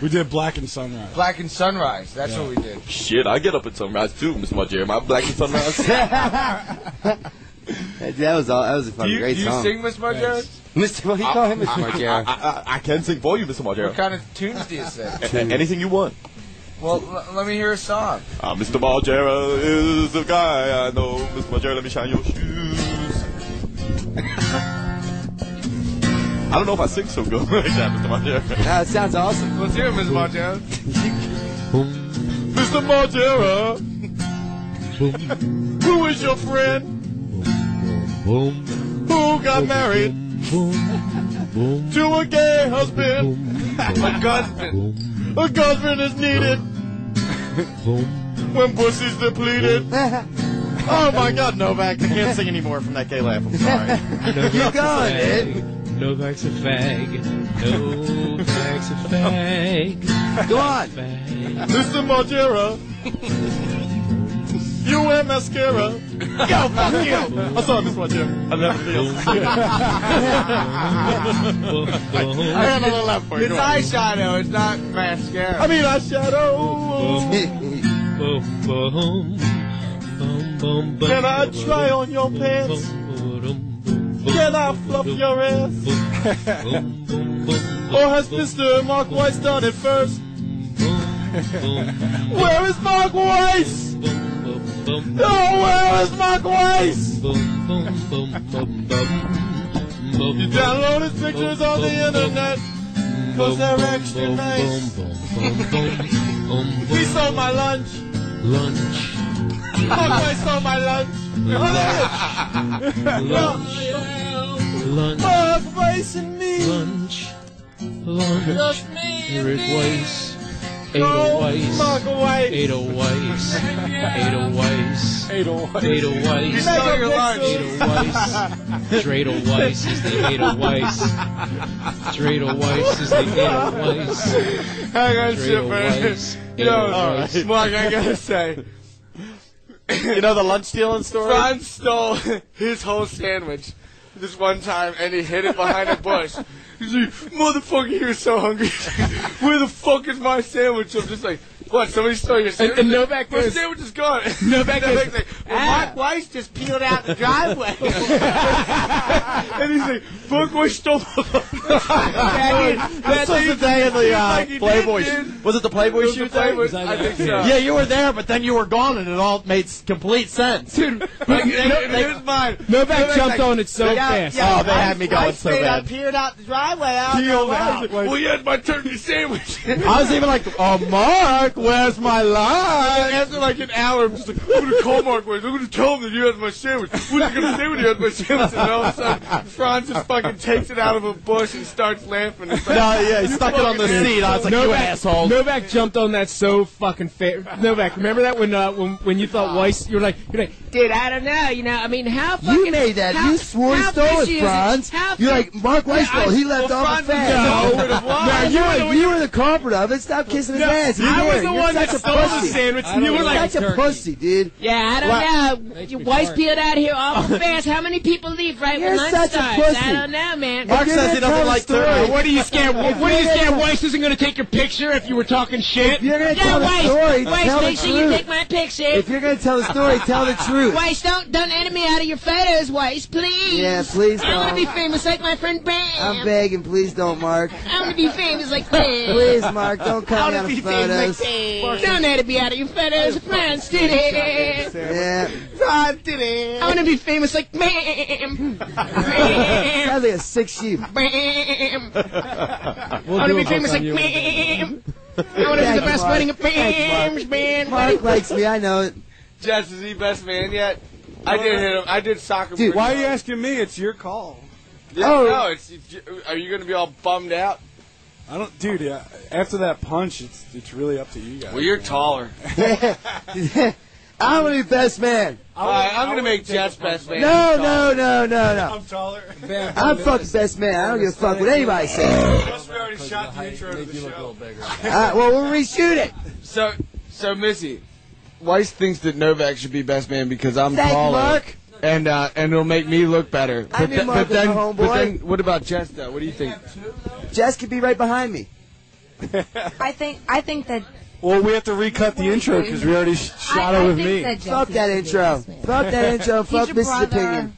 Speaker 20: We did Black and Sunrise.
Speaker 6: Black and Sunrise. That's what we did.
Speaker 20: Shit, I get up at sunrise too, Miss Margera. My black and sunrise.
Speaker 31: that was all. That was a fucking
Speaker 6: Do you,
Speaker 31: great
Speaker 6: do you
Speaker 31: song.
Speaker 6: sing, Miss Margera?
Speaker 31: Mr. What do you call him, Mr. Margera?
Speaker 20: I, I, I can sing for you, Mr. Margera.
Speaker 6: What kind of tunes do you sing?
Speaker 20: A- a- anything you want.
Speaker 6: Well, l- let me hear a song.
Speaker 20: Uh, Mr. Margera is the guy I know. Mr. Margera, let me shine your shoes. I don't know if I sing so good like that, Mr. Margera.
Speaker 31: That sounds awesome.
Speaker 6: Let's hear it, Miss Margera.
Speaker 20: Mr. Margera, who is your friend?
Speaker 10: Boom,
Speaker 20: Who got married
Speaker 10: boom.
Speaker 20: to a gay husband?
Speaker 10: A
Speaker 6: husband.
Speaker 20: A husband is needed when pussy's depleted. Oh my God, Novak! I can't sing anymore from that gay laugh. I'm sorry.
Speaker 10: Keep going, dude. Novak's a fag. Novak's a fag. Go on.
Speaker 20: Mr. Margera, you wear mascara. Yo, fuck you! I'm sorry, Mr. Margera. I love
Speaker 6: I have a little left for you. It's eyeshadow. It's not mascara.
Speaker 20: I mean eyeshadow.
Speaker 10: Boom, boom. Boom, boom, boom.
Speaker 20: Can I try on your pants? Can I fluff your ass? Or has Mr. Mark Weiss done it first? Where is Mark Weiss? No, where is Mark Weiss? You download his pictures on the internet. Cause they're extra nice. He stole my lunch.
Speaker 10: Lunch.
Speaker 20: Mark Weiss stole my lunch.
Speaker 10: Lunch. Lunch.
Speaker 20: Mark Weiss and me.
Speaker 10: Lunch. Lunch. Eric Weiss. Ada
Speaker 20: No,
Speaker 10: Weiss.
Speaker 20: Mark Weiss.
Speaker 10: Ada Weiss. Ada Weiss.
Speaker 20: Ada Weiss.
Speaker 10: Ada Weiss.
Speaker 20: You stole your lunch.
Speaker 10: Ada Weiss. Drada Weiss is the Ada Weiss. Drada Weiss is the Ada Weiss.
Speaker 6: Hang on,
Speaker 10: Drada
Speaker 6: Chipper.
Speaker 10: Weiss.
Speaker 6: Yo,
Speaker 10: Ada
Speaker 6: Alright.
Speaker 10: Weiss.
Speaker 6: Mark, I gotta say,
Speaker 13: You know the lunch stealing story?
Speaker 6: Franz stole his whole sandwich this one time, and he hid it behind a bush. He's like, "Motherfucker, you're so hungry. Where the fuck is my sandwich?" I'm just like. What? Somebody stole your sandwich?
Speaker 13: and Novak
Speaker 6: My
Speaker 13: goes-
Speaker 6: sandwich is gone.
Speaker 13: Novak goes, "Ah."
Speaker 6: Novak's like, well, Mark Weiss just peeled out the driveway. and he's like, Mark Weiss stole the
Speaker 13: That was the day of the uh, Playboy. sh- Was it the Playboy
Speaker 6: was the
Speaker 13: shoot?
Speaker 6: Playboy-
Speaker 13: day?
Speaker 6: I think so.
Speaker 13: Yeah, you were there, but then you were gone, and it all made s- complete sense. Dude,
Speaker 6: Here's mine.
Speaker 13: Novak jumped on it so
Speaker 6: Yeah,
Speaker 13: fast.
Speaker 6: yeah,
Speaker 13: oh, they had me going so
Speaker 6: stayed
Speaker 13: bad.
Speaker 6: peered out the driveway. Out
Speaker 13: Peeled out, like-
Speaker 6: well, you had my turkey sandwich.
Speaker 13: I was even like, "Oh, Mark, where's my
Speaker 6: And
Speaker 13: line?"
Speaker 6: After like an hour, I'm just like, I'm gonna call Mark Weiss. I'm gonna tell him that you had my sandwich. Who's gonna say when you had my sandwich? And all of a sudden, Franz just fucking takes it out of a bush and starts laughing. It's like,
Speaker 13: No, uh, yeah, he
Speaker 6: "You
Speaker 13: stuck it on the
Speaker 6: fucking
Speaker 13: seat. I was like, "You
Speaker 12: Novak,
Speaker 13: asshole."
Speaker 12: Novak jumped on that so fucking fair. Novak, remember that when uh, when when you thought Weiss, you were like, you're like,
Speaker 14: Dude, I don't know. You know, I mean, how fucking.
Speaker 11: You made that. you swore he
Speaker 14: how
Speaker 11: stole
Speaker 14: fishy is
Speaker 11: it,
Speaker 14: it?
Speaker 11: Franz.
Speaker 14: How
Speaker 11: You're like, Mark Weiss
Speaker 14: Yeah, I-
Speaker 11: stole. He left
Speaker 14: well,
Speaker 11: off a
Speaker 14: Franz was
Speaker 11: fag.
Speaker 14: the culprit of what?
Speaker 11: Now,
Speaker 14: I was
Speaker 11: you,
Speaker 14: the
Speaker 11: were,
Speaker 14: one
Speaker 11: you were the culprit of it. Stop kissing his
Speaker 14: No,
Speaker 11: ass. You
Speaker 14: I
Speaker 11: were.
Speaker 14: was the
Speaker 11: You're
Speaker 14: one
Speaker 11: such
Speaker 14: that
Speaker 11: a
Speaker 14: stole the
Speaker 11: pussy.
Speaker 14: sandwich, and you were
Speaker 11: You're
Speaker 14: like-
Speaker 11: such a pussy, dude.
Speaker 14: Yeah, I don't know. White's peeled out here awful fast. How many people leave right
Speaker 11: You're
Speaker 14: when lunch
Speaker 11: such a
Speaker 14: starts?
Speaker 11: pussy.
Speaker 14: I don't know, man.
Speaker 11: Mark If you're says he that doesn't kind of like story- turkey.
Speaker 14: What
Speaker 13: What
Speaker 14: do
Speaker 13: are you scared? What what are you
Speaker 11: If you're
Speaker 13: scared?
Speaker 11: gonna-
Speaker 13: Weiss isn't going to take your picture if you were talking shit.
Speaker 11: You're gonna
Speaker 14: Yeah,
Speaker 11: tell the
Speaker 14: Weiss,
Speaker 11: story.
Speaker 14: Weiss,
Speaker 11: tell
Speaker 14: make
Speaker 11: the
Speaker 14: sure you
Speaker 11: truth.
Speaker 14: take my picture.
Speaker 11: If you're gonna tell the story, tell the truth.
Speaker 14: Weiss, don't don't edit me out of your photos, Weiss, please.
Speaker 11: Yeah, please
Speaker 14: I want
Speaker 11: don't.
Speaker 14: to be famous like my friend Bam.
Speaker 11: I'm begging, please don't, Mark.
Speaker 14: I want to be famous like Bam.
Speaker 11: Please, Mark, don't
Speaker 14: I
Speaker 11: cut me
Speaker 14: want
Speaker 11: out
Speaker 14: to
Speaker 11: of
Speaker 14: be famous
Speaker 11: photos.
Speaker 14: like Bam. Don't edit me out of your photos, friends did it.
Speaker 11: Yeah.
Speaker 14: Ron did it. I want to be famous like Bam.
Speaker 11: Sounds like a sick sheep.
Speaker 14: Bam.
Speaker 11: We'll
Speaker 14: I want
Speaker 11: do
Speaker 14: to be
Speaker 11: a book
Speaker 14: famous like
Speaker 11: on you.
Speaker 14: Bam. I want to be
Speaker 11: Thank
Speaker 14: the
Speaker 11: you,
Speaker 14: best
Speaker 11: Mark.
Speaker 14: wedding of
Speaker 11: Thanks,
Speaker 14: Bam's,
Speaker 11: Mark.
Speaker 14: man.
Speaker 11: Mark likes me, I know it.
Speaker 6: Jess, is he best man yet? I did hit him. I did soccer.
Speaker 11: Dude,
Speaker 6: pretty
Speaker 11: why are
Speaker 6: well.
Speaker 11: you
Speaker 12: asking me? It's your call.
Speaker 6: Yeah,
Speaker 11: Oh.
Speaker 6: no, it's. Are you gonna be all bummed out?
Speaker 12: I don't, dude. Yeah, after that punch, it's it's really up to you guys.
Speaker 6: Well, you're taller.
Speaker 11: I'm gonna be best man.
Speaker 6: All right, I'm gonna make Jets best man.
Speaker 11: No, no, no, no, no.
Speaker 12: I'm taller.
Speaker 11: I'm fucking best man. I don't give a fuck what anybody says.
Speaker 12: we already shot the intro to the show.
Speaker 11: All
Speaker 14: Uh,
Speaker 11: right, Uh, well, we'll reshoot it.
Speaker 6: So, so Missy, Weiss thinks that Novak should be best man because I'm
Speaker 11: Thank
Speaker 6: taller.
Speaker 11: Mark.
Speaker 6: And uh, and it'll make me look better.
Speaker 11: I knew
Speaker 6: th-
Speaker 11: Mark was
Speaker 6: then,
Speaker 11: my homeboy.
Speaker 6: but then, what about Jess though? What do you think?
Speaker 11: Jess could be right behind me.
Speaker 26: I think I think that
Speaker 12: Well, we have to recut the intro because we already sh- shot
Speaker 26: I- I
Speaker 12: it with
Speaker 26: think
Speaker 12: me.
Speaker 26: that Jess
Speaker 11: Fuck that intro. Fuck that intro.
Speaker 26: He's
Speaker 11: Fuck
Speaker 26: your
Speaker 11: Missy's
Speaker 26: brother.
Speaker 11: opinion.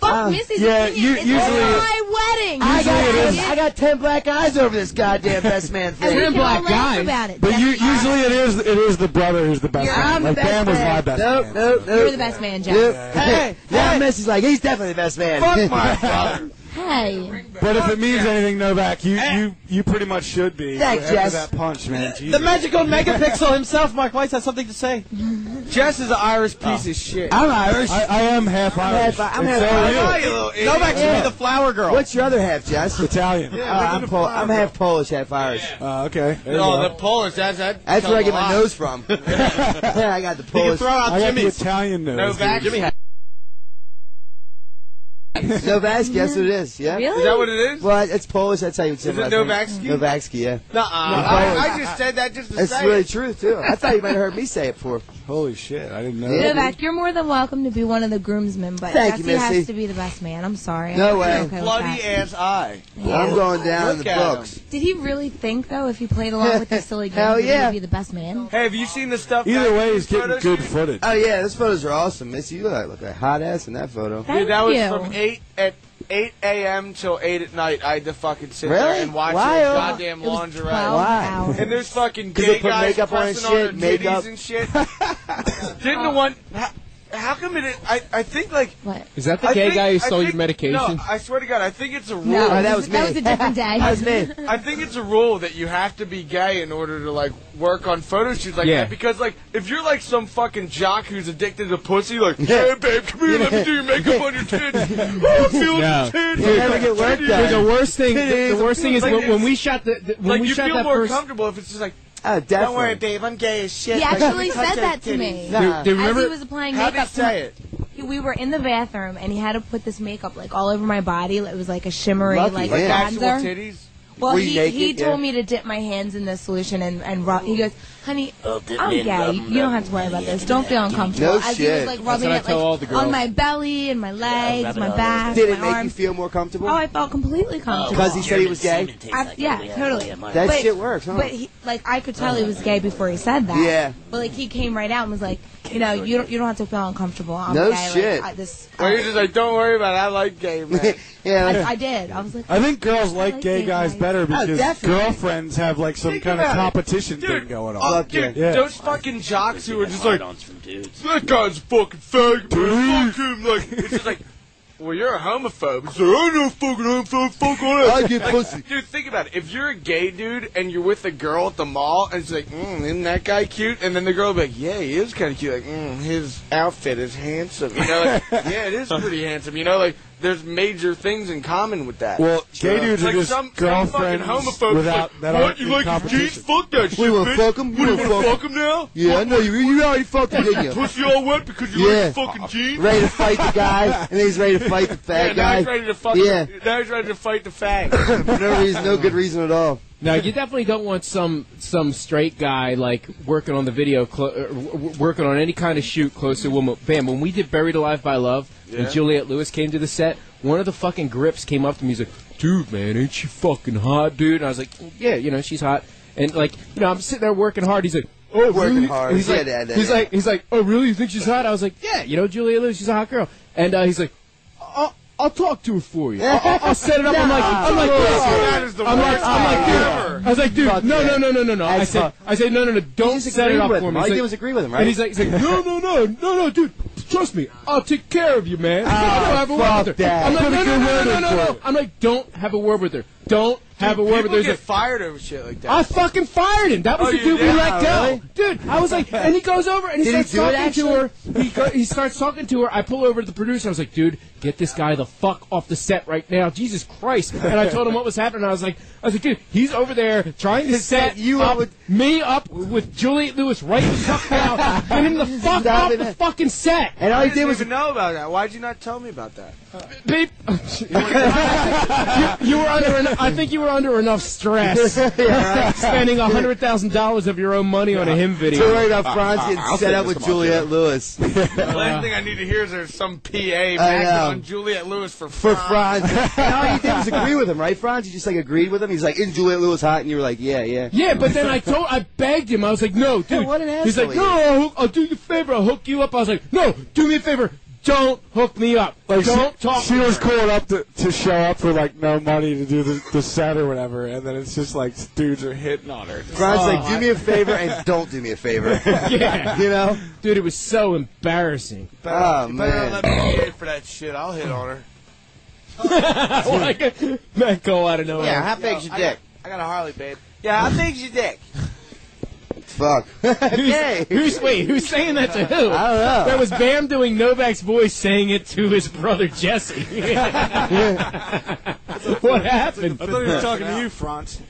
Speaker 26: Fuck
Speaker 11: Uh,
Speaker 26: Missy's
Speaker 11: yeah,
Speaker 26: opinion.
Speaker 11: you-
Speaker 26: it's
Speaker 11: usually-
Speaker 26: my wedding.
Speaker 11: I got,
Speaker 26: Usually it is.
Speaker 11: I got ten black eyes over this goddamn best man thing.
Speaker 26: And we Ten can all black laugh guys? about it.
Speaker 12: But you, usually it is it is the brother who's the best.
Speaker 11: You're-
Speaker 12: man.
Speaker 11: I'm the
Speaker 12: like
Speaker 11: best
Speaker 12: Dan was my
Speaker 11: man.
Speaker 12: best.
Speaker 11: Nope,
Speaker 12: man.
Speaker 11: nope, nope.
Speaker 26: You're the best man, Jess.
Speaker 11: Yep. Hey, now Missy's like, he's definitely the best man.
Speaker 6: Fuck my brother.
Speaker 26: Hey.
Speaker 12: But if it means anything, Novak, you you you pretty much should be
Speaker 11: Thanks,
Speaker 12: after
Speaker 11: Jess.
Speaker 12: that punch, man.
Speaker 25: The
Speaker 12: Jesus.
Speaker 25: magical megapixel himself, Mark Weiss, has something to say.
Speaker 6: Jess is an Irish piece of shit.
Speaker 12: I'm Irish. I, I am half Irish.
Speaker 11: half- I'm
Speaker 12: And
Speaker 11: half
Speaker 12: so are
Speaker 11: Irish.
Speaker 12: you.
Speaker 11: I
Speaker 25: you little idiot. Novak should be the flower girl.
Speaker 11: What's your other half, Jess?
Speaker 12: Italian.
Speaker 11: Uh, I'm, Pol- I'm half Polish, half Irish.
Speaker 12: Uh, okay. There you
Speaker 6: No,
Speaker 12: go.
Speaker 6: the Polish. That's that
Speaker 11: That's
Speaker 6: tells
Speaker 11: where I get
Speaker 6: a lot.
Speaker 11: my nose from. yeah, I got the Polish.
Speaker 12: I got the Italian nose.
Speaker 6: Novak.
Speaker 12: dude.
Speaker 11: Novak, yes it is. Yeah.
Speaker 26: Really?
Speaker 6: Is that what it is?
Speaker 11: Well, it's Polish. That's how you would say
Speaker 6: Is
Speaker 11: my
Speaker 6: it
Speaker 11: name.
Speaker 6: Novaksky?
Speaker 11: Novaksky, yeah.
Speaker 6: Nuh-uh. I,
Speaker 11: Polish.
Speaker 6: I just said that just to
Speaker 11: That's
Speaker 6: say.
Speaker 11: really
Speaker 6: it.
Speaker 11: true too. I thought you might have heard me say it before.
Speaker 12: Holy shit! I didn't know.
Speaker 11: Yeah,
Speaker 12: that.
Speaker 26: Novak, you're more than welcome to be one of the groomsmen, but
Speaker 11: Thank you,
Speaker 26: Jesse has
Speaker 11: Missy.
Speaker 26: to be the best man. I'm sorry.
Speaker 11: No
Speaker 26: I'm
Speaker 11: way.
Speaker 26: okay with
Speaker 6: Bloody
Speaker 26: that.
Speaker 6: ass eye.
Speaker 11: I'm going down in
Speaker 6: Look
Speaker 11: the
Speaker 6: at him.
Speaker 11: books.
Speaker 26: Did he really think though, if he played along with the silly game,
Speaker 11: Hell
Speaker 26: that he
Speaker 11: yeah.
Speaker 26: would be the best man?
Speaker 6: Hey, have you seen the stuff?
Speaker 12: Either
Speaker 6: back
Speaker 12: way,
Speaker 6: in
Speaker 12: he's
Speaker 6: these
Speaker 12: getting
Speaker 6: photos?
Speaker 12: good footage.
Speaker 11: Oh yeah, those photos are awesome, Missy. You look like, look like a hot ass in that photo.
Speaker 26: Thank
Speaker 6: Dude, that was
Speaker 26: you.
Speaker 6: from eight at eight a.m. till eight at night. I had to fucking sit there
Speaker 11: Really?
Speaker 6: and watch
Speaker 11: Why,
Speaker 6: his
Speaker 11: uh,
Speaker 6: goddamn
Speaker 26: It was
Speaker 6: lingerie.
Speaker 26: 12
Speaker 11: Why?
Speaker 26: hours.
Speaker 6: And there's fucking
Speaker 11: 'Cause
Speaker 6: gay
Speaker 11: they put
Speaker 6: guys
Speaker 11: makeup on and
Speaker 6: pressing
Speaker 11: shit,
Speaker 6: on their
Speaker 11: makeup.
Speaker 6: titties and shit. Didn't the one? How, how come it? I I think like.
Speaker 26: What?
Speaker 10: Is that the
Speaker 6: I
Speaker 10: gay
Speaker 6: think-
Speaker 10: guy who
Speaker 6: I
Speaker 10: stole your
Speaker 6: think-
Speaker 10: medication?
Speaker 6: No, I swear to God, I think it's a rule.
Speaker 26: No,
Speaker 11: Oh,
Speaker 26: this
Speaker 11: that
Speaker 26: is-
Speaker 11: was
Speaker 26: that
Speaker 11: me.
Speaker 26: was a different day.
Speaker 11: That was me.
Speaker 6: I think it's a rule that you have to be gay in order to like work on photo shoots like
Speaker 10: Yeah.
Speaker 6: that. Because like if you're like some fucking jock who's addicted to pussy, like hey babe, come here, let me do your makeup on your titties. Oh, I'm feeling
Speaker 10: No.
Speaker 6: the titties.
Speaker 11: You never get work
Speaker 6: Titties.
Speaker 11: done.
Speaker 10: Dude, the worst thing,
Speaker 11: It
Speaker 10: the,
Speaker 11: is
Speaker 10: the worst thing is
Speaker 6: like
Speaker 10: when, when
Speaker 6: it's-
Speaker 10: we shot the, the when
Speaker 6: Like
Speaker 10: we
Speaker 6: you
Speaker 10: shot
Speaker 6: feel
Speaker 10: that
Speaker 6: more
Speaker 10: first.
Speaker 6: comfortable if it's just like
Speaker 11: Oh, definitely.
Speaker 6: don't worry, babe, I'm gay as shit.
Speaker 26: He
Speaker 6: Like,
Speaker 26: actually
Speaker 6: touch
Speaker 26: said
Speaker 6: those
Speaker 26: that to me.
Speaker 6: titties.
Speaker 11: Nah.
Speaker 10: Dude, dude,
Speaker 26: As he
Speaker 10: remember-
Speaker 26: was applying
Speaker 6: How'd he
Speaker 26: makeup,
Speaker 6: say it?
Speaker 26: he- we were in the bathroom and he had to put this makeup like all over my body. It was like a shimmery
Speaker 11: Lucky
Speaker 26: like
Speaker 11: him.
Speaker 6: Like actual
Speaker 26: bronzer.
Speaker 6: titties.
Speaker 26: Well,
Speaker 11: Were you
Speaker 26: he,
Speaker 11: naked?
Speaker 26: he told
Speaker 11: Yeah.
Speaker 26: me to dip my hands in this solution and and rub. He goes, "Honey, I'm gay. You don't have to worry about this. Don't feel uncomfortable."
Speaker 11: No
Speaker 26: As he was
Speaker 11: shit.
Speaker 26: like
Speaker 11: That's
Speaker 26: rubbing
Speaker 10: what I
Speaker 26: it
Speaker 10: tell all the
Speaker 26: like on
Speaker 10: girls.
Speaker 26: my belly and my legs, my back,
Speaker 11: Did
Speaker 26: my
Speaker 11: it make you
Speaker 26: arms.
Speaker 11: feel more comfortable?
Speaker 26: Oh, I felt completely comfortable.
Speaker 11: Because he said he was gay.
Speaker 26: I, yeah, totally.
Speaker 11: That
Speaker 26: But-
Speaker 11: shit works, huh?
Speaker 26: But he, like, I could tell he was gay before he said that.
Speaker 11: Yeah.
Speaker 26: But like, he came right out and was like, you know, you don't, you don't have to feel uncomfortable. I'm
Speaker 11: No
Speaker 26: gay. Like,
Speaker 11: shit.
Speaker 26: I, this,
Speaker 6: Or you're just like, don't worry about it. I like gay men.
Speaker 11: yeah.
Speaker 26: I,
Speaker 11: like-
Speaker 26: I did. I was like,
Speaker 12: I think girls
Speaker 26: I
Speaker 12: like gay guys better because
Speaker 11: definitely.
Speaker 12: girlfriends have like some
Speaker 6: Think
Speaker 12: kind of
Speaker 6: about it.
Speaker 12: competition
Speaker 6: Dude,
Speaker 12: thing going
Speaker 6: oh,
Speaker 12: on.
Speaker 6: dude,
Speaker 12: Yeah.
Speaker 6: those fucking jocks who are just like, that guy's a fucking fag, man. Fuck him. Like, it's just like, well, you're a homophobe. It's like, I'm no fucking homophobe. Fuck all that.
Speaker 11: I get pussy.
Speaker 6: Dude, think about it. If you're a gay dude and you're with a girl at the mall, and she's like, mm, isn't that guy cute? And then the girl will be like, yeah, he is kind of cute. Like, mm, his outfit is handsome. You know, like, yeah, it is pretty handsome. You know, like, there's major things in common with that.
Speaker 12: Well, gay
Speaker 6: It's
Speaker 12: dudes are
Speaker 6: like
Speaker 12: just
Speaker 6: some, some fucking
Speaker 12: girlfriends
Speaker 6: homophobes
Speaker 12: without
Speaker 6: like,
Speaker 12: that
Speaker 6: what,
Speaker 12: aren't
Speaker 6: you
Speaker 12: in
Speaker 6: like your jeans?
Speaker 12: competition.
Speaker 6: Fuck that shit,
Speaker 11: We wanna
Speaker 6: bitch.
Speaker 11: fuck 'em? We
Speaker 6: We
Speaker 11: wanna
Speaker 6: wanna
Speaker 11: fuck
Speaker 6: fuck him now?
Speaker 11: yeah, I
Speaker 6: Fuck
Speaker 11: know you. You already fucked him, didn't you?
Speaker 6: Pussy all wet because you
Speaker 11: Yeah.
Speaker 6: like
Speaker 14: Uh,
Speaker 6: fucking jeans?
Speaker 11: Ready to fight the guy, and he's ready to fight the
Speaker 6: Yeah,
Speaker 11: fat
Speaker 6: now
Speaker 11: guy.
Speaker 6: he's ready to fuck
Speaker 11: Yeah.
Speaker 6: Now he's ready to fight the fag.
Speaker 11: For no reason, no good reason at all.
Speaker 10: Now you definitely don't want some some straight guy like working on the video, clo- uh, w- w- working on any kind of shoot close to a woman. Bam! When we did "Buried Alive by Love" and Juliet Lewis came to the set, one of the fucking grips came up to me. He's like, "Dude, man, ain't she fucking hot, dude?" And I was like, "Yeah, you know, she's hot." And like, you know, I'm sitting there working hard. He's like, "Oh,
Speaker 11: Working
Speaker 10: really?"
Speaker 11: hard.
Speaker 10: And He's
Speaker 11: Yeah,
Speaker 10: like,
Speaker 11: yeah, yeah,
Speaker 10: he's
Speaker 11: yeah.
Speaker 10: like, he's like, "Oh, really? You think she's hot?" I was like, "Yeah, you know, Juliet Lewis, she's a hot girl." And uh, he's like, I'll, "I'll talk to her for you. I'll, I'll- I'll set it up." I'm like, I'm like,
Speaker 6: That is the
Speaker 10: I'm like,
Speaker 6: worst
Speaker 10: I'm like,
Speaker 6: thing
Speaker 10: dude.
Speaker 6: ever.
Speaker 10: I was like, dude, no, no, no, no, no, no. I
Speaker 11: That's
Speaker 10: said,
Speaker 11: fuck.
Speaker 10: I said, no, no, no, don't set it
Speaker 11: disagreed
Speaker 10: up
Speaker 11: with
Speaker 10: for
Speaker 11: him.
Speaker 10: me.
Speaker 11: All
Speaker 10: He's
Speaker 11: you
Speaker 10: like-
Speaker 11: did was agree with him, right?
Speaker 10: And he's like, he's like, no, no, no, no, no, dude, trust me, I'll take care of you, man. Don't have a word
Speaker 11: Ah, fuck
Speaker 10: with her.
Speaker 11: that.
Speaker 10: I'm like,
Speaker 11: Put a
Speaker 10: no, no,
Speaker 11: good
Speaker 10: no,
Speaker 11: word
Speaker 10: no,
Speaker 11: in
Speaker 10: no,
Speaker 11: for
Speaker 10: no,
Speaker 11: him.
Speaker 10: no. I'm like, don't have a word with her. Don't have a word with
Speaker 6: People
Speaker 10: there's
Speaker 6: get
Speaker 10: a
Speaker 6: fired over shit like that.
Speaker 10: I fucking fired him. That was
Speaker 6: Oh,
Speaker 10: the
Speaker 6: you
Speaker 10: dude we
Speaker 6: did?
Speaker 10: let
Speaker 6: Wow,
Speaker 10: go, dude. I was like, and he goes over and he
Speaker 6: Did he
Speaker 10: starts
Speaker 6: do it,
Speaker 10: talking to her. He, go, he starts talking to her. I pull over to the producer. I was like, dude, get this guy the fuck off the set right now, Jesus Christ! And I told him what was happening. I was like, I was like, dude, he's over there trying to set you up, me up with Juliet Lewis right the fuck now. Get him the fuck off the fucking set.
Speaker 11: And
Speaker 6: I didn't even know about that. Why'd you not tell me about that?
Speaker 10: Beep. you, you were under. En- I think you were under enough stress,
Speaker 6: Yeah, right.
Speaker 10: spending hundred thousand dollars of your own money on a hymn video. Uh,
Speaker 11: To worry about Franz getting set up with Juliette Lewis.
Speaker 6: The last thing I need to hear is there's some PA
Speaker 11: know.
Speaker 6: maxing on Juliet Lewis for
Speaker 11: For Franz. Um, and all you did was agree with him, right, Franz? You just like agreed with him. He's like, isn't Juliette Lewis hot? And you were like, yeah, yeah.
Speaker 10: Yeah, but then I told, I begged him. I was like, "No, dude."
Speaker 11: what an
Speaker 10: He's like,
Speaker 11: asshole
Speaker 10: "No, I'll, hook- I'll do you a favor. I'll hook you up." I was like, "No, do me a favor. Don't hook me up.
Speaker 12: Like
Speaker 10: don't
Speaker 12: she,
Speaker 10: talk."
Speaker 12: she
Speaker 10: to
Speaker 12: was
Speaker 10: her."
Speaker 12: called up to, to show up for like no money to do the, the set or whatever, and then it's just like dudes are hitting on her.
Speaker 11: Franz like, do me a favor and don't do me a favor.
Speaker 10: yeah,
Speaker 11: you know,
Speaker 10: dude, it was so embarrassing.
Speaker 11: Oh,
Speaker 6: Better not let me get it for that shit. I'll hit on her.
Speaker 10: like, man, go out of nowhere.
Speaker 6: Yeah, how big's your dick? I got a Harley, babe. Yeah, how big's your dick?
Speaker 11: Fuck.
Speaker 10: Who's, who's wait? Who's saying that to who? I don't know. That was Bam doing Novak's voice, saying it to his brother Jesse. what happened?
Speaker 12: I thought he was talking to you, Franz.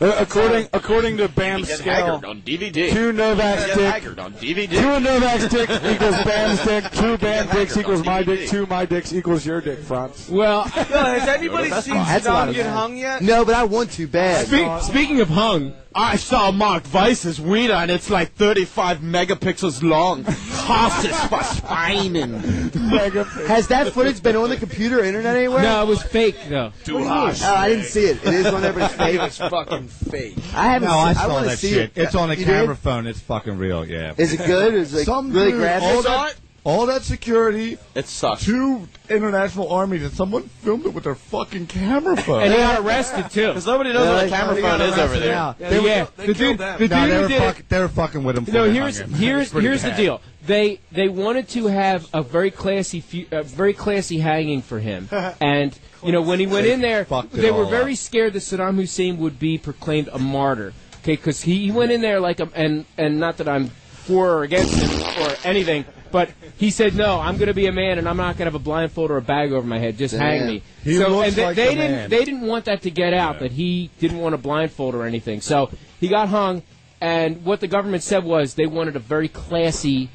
Speaker 12: Uh, according according to Bam's
Speaker 1: Get
Speaker 12: scale,
Speaker 1: Haggard on DVD.
Speaker 12: two Novak's
Speaker 1: Get
Speaker 12: dick-
Speaker 1: Haggard on DVD.
Speaker 12: two of Novak's dick equals Bam's dick, two Bam
Speaker 1: Get
Speaker 12: dicks
Speaker 1: Haggard
Speaker 12: equals
Speaker 1: on
Speaker 12: my
Speaker 1: DVD.
Speaker 12: dick, two my dicks equals your dick, Franz.
Speaker 10: Well,
Speaker 6: has anybody seen
Speaker 12: That's a lot
Speaker 6: Saddam
Speaker 12: of
Speaker 6: get
Speaker 12: fun.
Speaker 6: hung yet?
Speaker 11: No, but I want to bad.
Speaker 25: Spe- speaking of hung, I saw Mark Weiss's wiener and it's like 35 megapixels long. Horses for spinen.
Speaker 11: Has that footage been on the computer or internet anywhere?
Speaker 10: No, it was fake though.
Speaker 11: What do you mean? Oh, I didn't see it. It is on there, but it's fake.
Speaker 6: It's fucking fake.
Speaker 11: I haven't.
Speaker 14: no,
Speaker 11: seen,
Speaker 14: I saw
Speaker 11: wanna
Speaker 14: that
Speaker 11: see
Speaker 14: shit.
Speaker 11: It.
Speaker 14: It's on a
Speaker 11: You did?
Speaker 14: camera phone. It's fucking real. Yeah.
Speaker 11: Is it good? Is it
Speaker 14: Some
Speaker 11: really
Speaker 14: dude-
Speaker 11: graphic?
Speaker 14: all that, all that security.
Speaker 25: It sucks.
Speaker 14: Two international armies and someone filmed it with their fucking camera phone.
Speaker 10: And he got arrested too. Because
Speaker 25: nobody
Speaker 14: knows what a camera phone is over there.
Speaker 10: Yeah,
Speaker 14: Yeah, they were-
Speaker 10: the dude, the dude
Speaker 14: no, they
Speaker 10: who
Speaker 14: were,
Speaker 10: did it.
Speaker 14: fuck, they were fucking with him. for
Speaker 10: No,
Speaker 14: their
Speaker 10: here's
Speaker 14: hunger.
Speaker 10: here's
Speaker 14: It's pretty
Speaker 10: here's the
Speaker 14: bad.
Speaker 10: deal. They they wanted to have a very classy fu- uh, very classy hanging for him, and you know when he went in there,
Speaker 14: fucked it
Speaker 10: they were
Speaker 14: all
Speaker 10: very scared that Saddam Hussein would be proclaimed a martyr. Okay, because he, he went in there like a, and and not that I'm for or against him or anything, but he said no, I'm going to be a man and I'm not going to have a blindfold or a bag over my head. Just hang
Speaker 14: Damn.
Speaker 10: me.
Speaker 14: He
Speaker 10: so
Speaker 14: looks
Speaker 10: and they,
Speaker 14: like
Speaker 10: they
Speaker 14: a
Speaker 10: didn't
Speaker 14: man.
Speaker 10: they didn't want that to get out that he didn't want a blindfold or anything. So he got hung, and what the government said was they wanted a very classy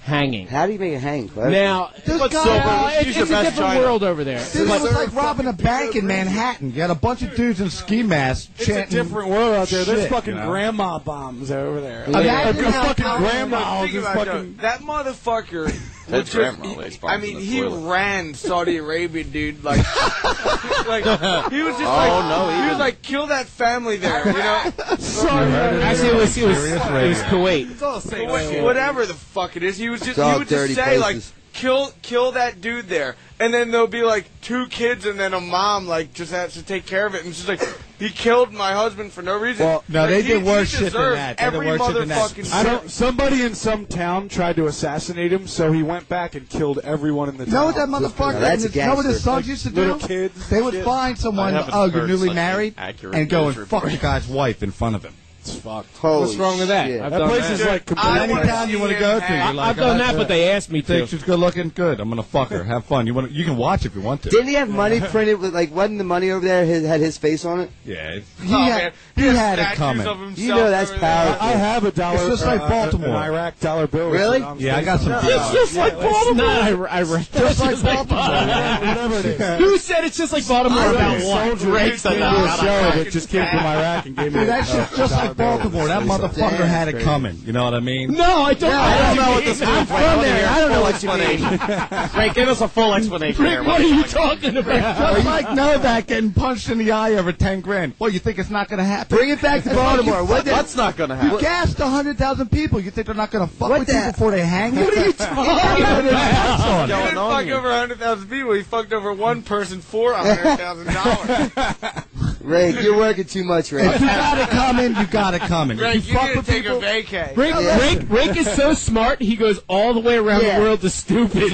Speaker 10: hanging.
Speaker 11: How do you make it hang? Cliff?
Speaker 10: Now,
Speaker 11: This
Speaker 10: but
Speaker 11: guy-
Speaker 10: so-
Speaker 11: uh,
Speaker 10: it's,
Speaker 11: use
Speaker 10: it's a
Speaker 11: your best
Speaker 10: different
Speaker 11: China.
Speaker 10: world over there.
Speaker 14: Dude, it was like robbing a bank in Manhattan. You had a bunch of dudes in ski masks
Speaker 12: It's a
Speaker 14: chanting.
Speaker 12: different world out there. There's
Speaker 14: shit,
Speaker 12: fucking
Speaker 14: you know?
Speaker 12: grandma bombs over there.
Speaker 14: Yeah. Imagine
Speaker 12: a
Speaker 14: how
Speaker 12: fucking
Speaker 14: powerful-
Speaker 12: grandma was
Speaker 6: Think
Speaker 12: just
Speaker 6: about that.
Speaker 12: fucking.
Speaker 6: that motherfucker.
Speaker 12: That's
Speaker 6: legit-
Speaker 12: grandma lays
Speaker 6: I
Speaker 12: bombs
Speaker 6: mean,
Speaker 12: in the
Speaker 6: he
Speaker 12: toilet.
Speaker 6: ran Saudi Arabia, dude. Like, like he was just
Speaker 13: Oh,
Speaker 6: like,
Speaker 13: no,
Speaker 6: he
Speaker 13: even-
Speaker 6: was like, kill that family there, you know.
Speaker 10: Sorry, actually, it was, it was,
Speaker 6: Serious
Speaker 10: it was Kuwait.
Speaker 6: It's all safe.
Speaker 10: Kuwait.
Speaker 6: Wait, Whatever the fuck it is, he was just
Speaker 10: It's all
Speaker 6: he would just
Speaker 10: dirty
Speaker 6: say
Speaker 10: places.
Speaker 6: like kill kill that dude there, and then there'll be like two kids and then a mom like just has to take care of it, and she's like he killed my husband for no reason.
Speaker 12: Well,
Speaker 6: Like,
Speaker 12: no, they
Speaker 6: he-
Speaker 12: did
Speaker 6: he
Speaker 12: worse shit than
Speaker 6: deserves
Speaker 12: that. They did
Speaker 6: Every
Speaker 12: worse shit than that.
Speaker 6: motherfucking
Speaker 12: I don't. Somebody in some town tried to assassinate him, so he went back and killed everyone in the
Speaker 14: You
Speaker 12: town.
Speaker 14: know what that
Speaker 12: Just-
Speaker 14: motherfucker? you know what his sons used to do?
Speaker 12: Little kids.
Speaker 14: they would
Speaker 12: shit.
Speaker 14: find someone,
Speaker 12: I haven't
Speaker 14: oh, you're
Speaker 12: heard
Speaker 14: newly
Speaker 12: such
Speaker 14: married,
Speaker 12: an accurate
Speaker 14: and go
Speaker 12: news
Speaker 14: and fuck
Speaker 12: report.
Speaker 14: the guy's wife in front of him.
Speaker 12: It's fucked.
Speaker 14: Holy
Speaker 10: What's wrong with that?
Speaker 14: shit.
Speaker 10: I've
Speaker 14: That
Speaker 10: done
Speaker 14: place
Speaker 10: that.
Speaker 14: is like
Speaker 10: Dude,
Speaker 14: complete-
Speaker 10: I wanna
Speaker 14: any town you
Speaker 10: see
Speaker 14: want to
Speaker 10: him
Speaker 14: go to.
Speaker 10: hang.
Speaker 14: You're
Speaker 10: I've
Speaker 14: like,
Speaker 10: done
Speaker 14: oh,
Speaker 10: that, but they asked me
Speaker 14: Think
Speaker 10: to.
Speaker 14: she's good looking, good. I'm gonna fuck her. Have fun. You want? You can watch if you want to.
Speaker 11: Didn't he have money printed with like wasn't the money over there his, had his face on it?
Speaker 14: Yeah. it's-
Speaker 11: He had-
Speaker 14: he had it coming.
Speaker 11: You know that's powerful.
Speaker 12: I have a dollar.
Speaker 14: It's just like
Speaker 12: uh,
Speaker 14: Baltimore.
Speaker 12: an Iraq dollar bill.
Speaker 14: Really?
Speaker 12: Um,
Speaker 14: Yeah, I got some.
Speaker 12: It's just like Baltimore.
Speaker 10: It's
Speaker 12: just like Baltimore. Whatever it is.
Speaker 10: Who said it's just like Baltimore about
Speaker 12: Soldier
Speaker 10: what?
Speaker 12: Drake's a show that just came from Iraq and gave me.
Speaker 14: Dude, that shit's just like Baltimore. That motherfucker had it coming. You know what I mean?
Speaker 10: No, I don't.
Speaker 14: Yeah, I don't know what this
Speaker 10: I'm
Speaker 14: means. I
Speaker 10: from
Speaker 14: wanna
Speaker 10: there.
Speaker 14: hear
Speaker 10: I don't know
Speaker 14: full
Speaker 10: what you mean.
Speaker 14: explanation.
Speaker 10: Frank, give us a full explanation.
Speaker 14: Frank,
Speaker 10: Frank, what are you talking about?
Speaker 14: Just like Novak getting punched in the eye over ten grand. Well, you think it's not going to happen?
Speaker 11: Bring it back to Baltimore. What the-
Speaker 25: What's not gonna happen?
Speaker 14: You gassed hundred thousand people. You think they're not going to fuck with you before they hang you?
Speaker 11: What are you
Speaker 14: talking
Speaker 6: He didn't fuck over 100,000 people. He fucked over one person for $100,000.
Speaker 11: Ray, you're working too much, Ray.
Speaker 14: If you gotta come in, you gotta come in. If
Speaker 6: Greg,
Speaker 14: you
Speaker 6: you
Speaker 14: fuck
Speaker 6: need to
Speaker 14: with
Speaker 6: take
Speaker 14: people,
Speaker 6: a vacay.
Speaker 10: Rick, Rick, Rick is so smart, he goes all the way around
Speaker 14: Yeah.
Speaker 10: the world to stupid.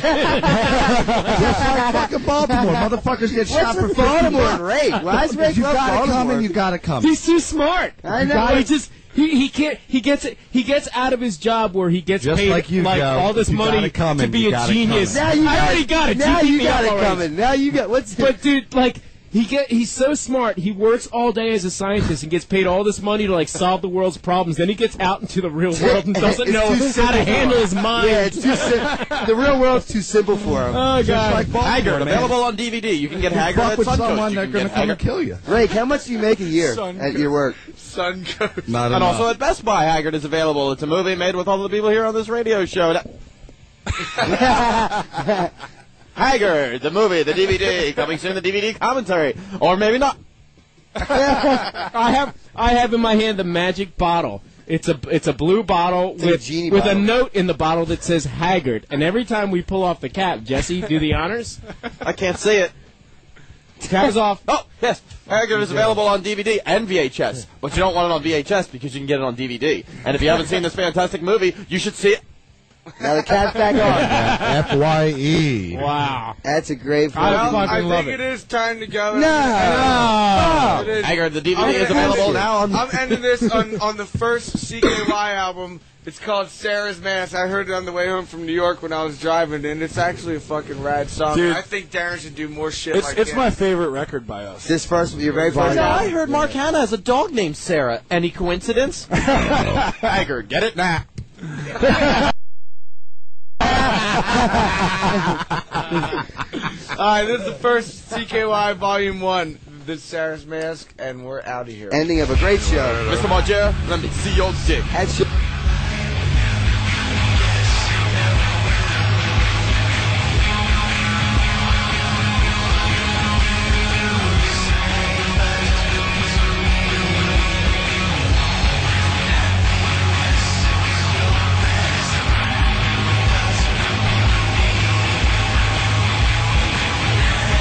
Speaker 14: fucking Baltimore. Motherfuckers get
Speaker 10: What's
Speaker 14: shot for
Speaker 10: with
Speaker 14: 50
Speaker 10: Baltimore,
Speaker 14: bucks.
Speaker 10: Ray? Why is Ray
Speaker 14: If you
Speaker 10: love
Speaker 14: gotta come
Speaker 10: Baltimore?
Speaker 14: in, you gotta come.
Speaker 10: He's too smart.
Speaker 14: I
Speaker 10: You
Speaker 14: know.
Speaker 10: guys- He just he, he can't he gets it he gets out of his job where he gets
Speaker 14: Just
Speaker 10: paid
Speaker 14: like you, Joe.
Speaker 10: all this
Speaker 14: You
Speaker 10: money
Speaker 14: gotta come
Speaker 10: to
Speaker 14: in,
Speaker 10: be
Speaker 14: you
Speaker 10: a
Speaker 14: gotta come
Speaker 10: genius.
Speaker 14: in. Now you
Speaker 10: I
Speaker 14: got-
Speaker 10: already got it.
Speaker 14: now
Speaker 10: beat
Speaker 14: you
Speaker 10: me
Speaker 14: gotta
Speaker 10: up already.
Speaker 14: come in. Now you got- what's-
Speaker 10: But dude, like he get he's so smart. He works all day as a scientist and gets paid all this money to like solve the world's problems. Then he gets out into the real world and doesn't
Speaker 11: It's
Speaker 10: know
Speaker 11: too
Speaker 10: how
Speaker 11: simple
Speaker 10: to
Speaker 11: for
Speaker 10: handle
Speaker 11: him.
Speaker 10: his mind.
Speaker 11: Yeah, it's too sim- the real world's too simple for him.
Speaker 10: Oh, Just God. like Baltimore,
Speaker 13: Haggard,
Speaker 11: man.
Speaker 13: available on DVD. You can get
Speaker 11: If you
Speaker 13: Haggard
Speaker 11: fuck
Speaker 13: at
Speaker 11: with
Speaker 13: Suncoast.
Speaker 11: someone,
Speaker 13: you
Speaker 11: they're
Speaker 13: can get
Speaker 11: gonna come
Speaker 13: Haggard.
Speaker 11: kill you. Ray, how much do you make a year
Speaker 13: Son
Speaker 11: at
Speaker 13: good.
Speaker 11: your work?
Speaker 6: Sun goes.
Speaker 11: Not
Speaker 13: and
Speaker 11: enough.
Speaker 13: also at Best Buy, Haggard is available. It's a movie made with all the people here on this radio show. That- Haggard, the movie, the DVD, coming soon. The DVD commentary, or maybe not.
Speaker 10: I have I have in my hand the magic bottle. It's a it's a blue bottle
Speaker 11: a
Speaker 10: with
Speaker 11: genie
Speaker 10: with
Speaker 11: bottle.
Speaker 10: a note in the bottle that says Haggard. And every time we pull off the cap, Jesse, do the honors.
Speaker 13: I can't see it.
Speaker 10: Cap is off.
Speaker 13: Oh yes, Haggard is available on DVD and VHS, but you don't want it on VHS because you can get it on DVD. And if you haven't seen this fantastic movie, you should see it.
Speaker 11: Now the cat's back on.
Speaker 14: F Y E.
Speaker 10: Wow.
Speaker 11: That's a great
Speaker 6: I,
Speaker 11: point.
Speaker 6: think it is time to go.
Speaker 11: No.
Speaker 6: I know.
Speaker 11: No.
Speaker 6: It is.
Speaker 13: Haggard, the DVD
Speaker 6: I'm
Speaker 13: is
Speaker 6: gonna end
Speaker 13: available
Speaker 6: it.
Speaker 13: now on-
Speaker 6: I'm ending this on, on the first CKY album. It's called Sarah's Mass. I heard it on the way home from New York when I was driving, and it's actually a fucking rad song.
Speaker 32: Dude.
Speaker 6: I think Darren should do more shit
Speaker 32: It's,
Speaker 6: like
Speaker 32: it's
Speaker 6: that.
Speaker 32: my favorite record by us.
Speaker 11: This first, your very
Speaker 13: You
Speaker 11: first.
Speaker 13: know, I heard Mark Hanna has a dog named Sarah. Any coincidence? Haggard, get it now.
Speaker 6: All right, this is the first CKY Volume 1, This Sarah's Mask, and we're out of here.
Speaker 11: Ending of a great show.
Speaker 13: Mr. Margera, let me see your dick.
Speaker 20: Thank you.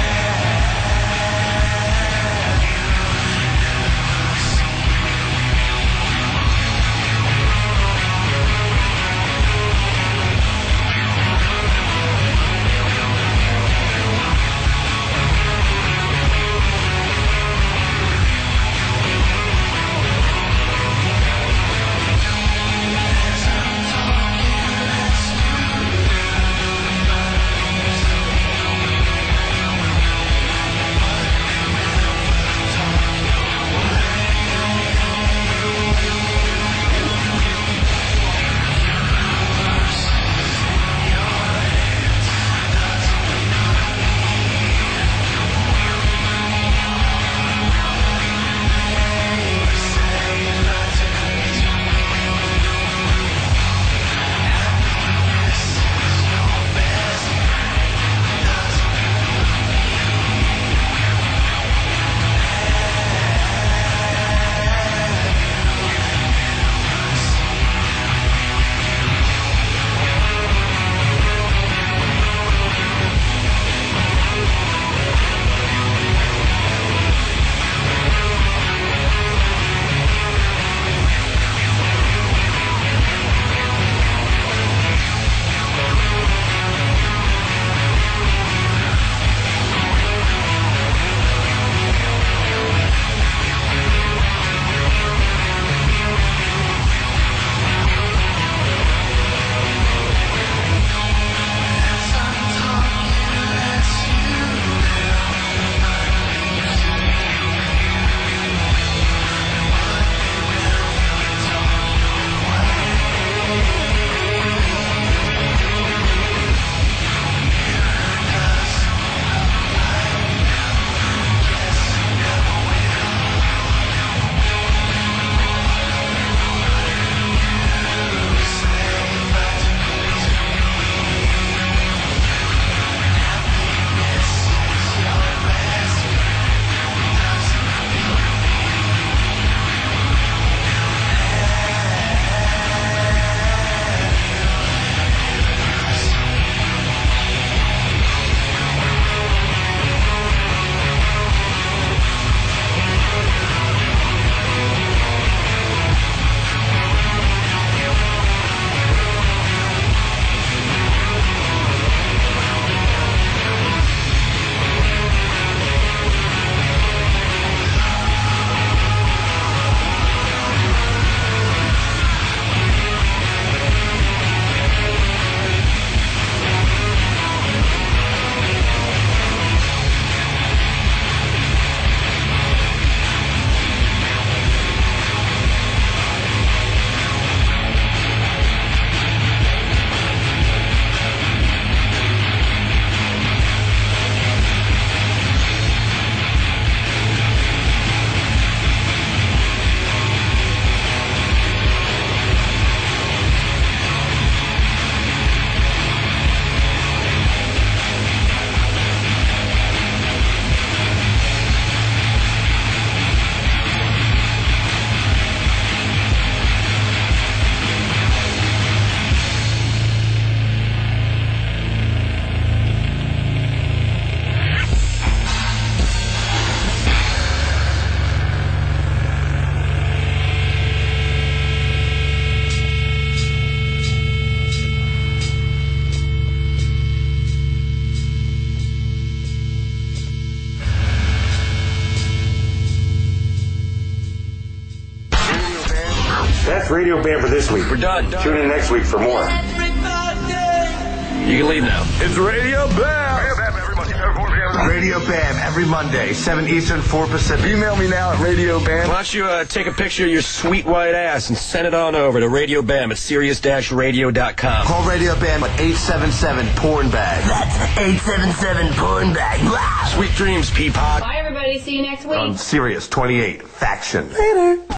Speaker 14: That's Radio Bam for this week. We're done. Tune in next week for more.
Speaker 11: You can leave now.
Speaker 14: It's Radio Bam. Radio Bam every Monday, 7 Eastern, 4 Pacific. Email me now at Radio Bam.
Speaker 11: Why don't you uh, take a picture of your sweet white ass and send it on over to Radio Bam at serious-radio.com.
Speaker 14: Call Radio Bam at 877 Porn Bag. That's 877 Porn Bag.
Speaker 11: Sweet dreams, Peapod.
Speaker 26: Bye, everybody. See you next week.
Speaker 14: On Sirius 28 Faction.
Speaker 26: Later.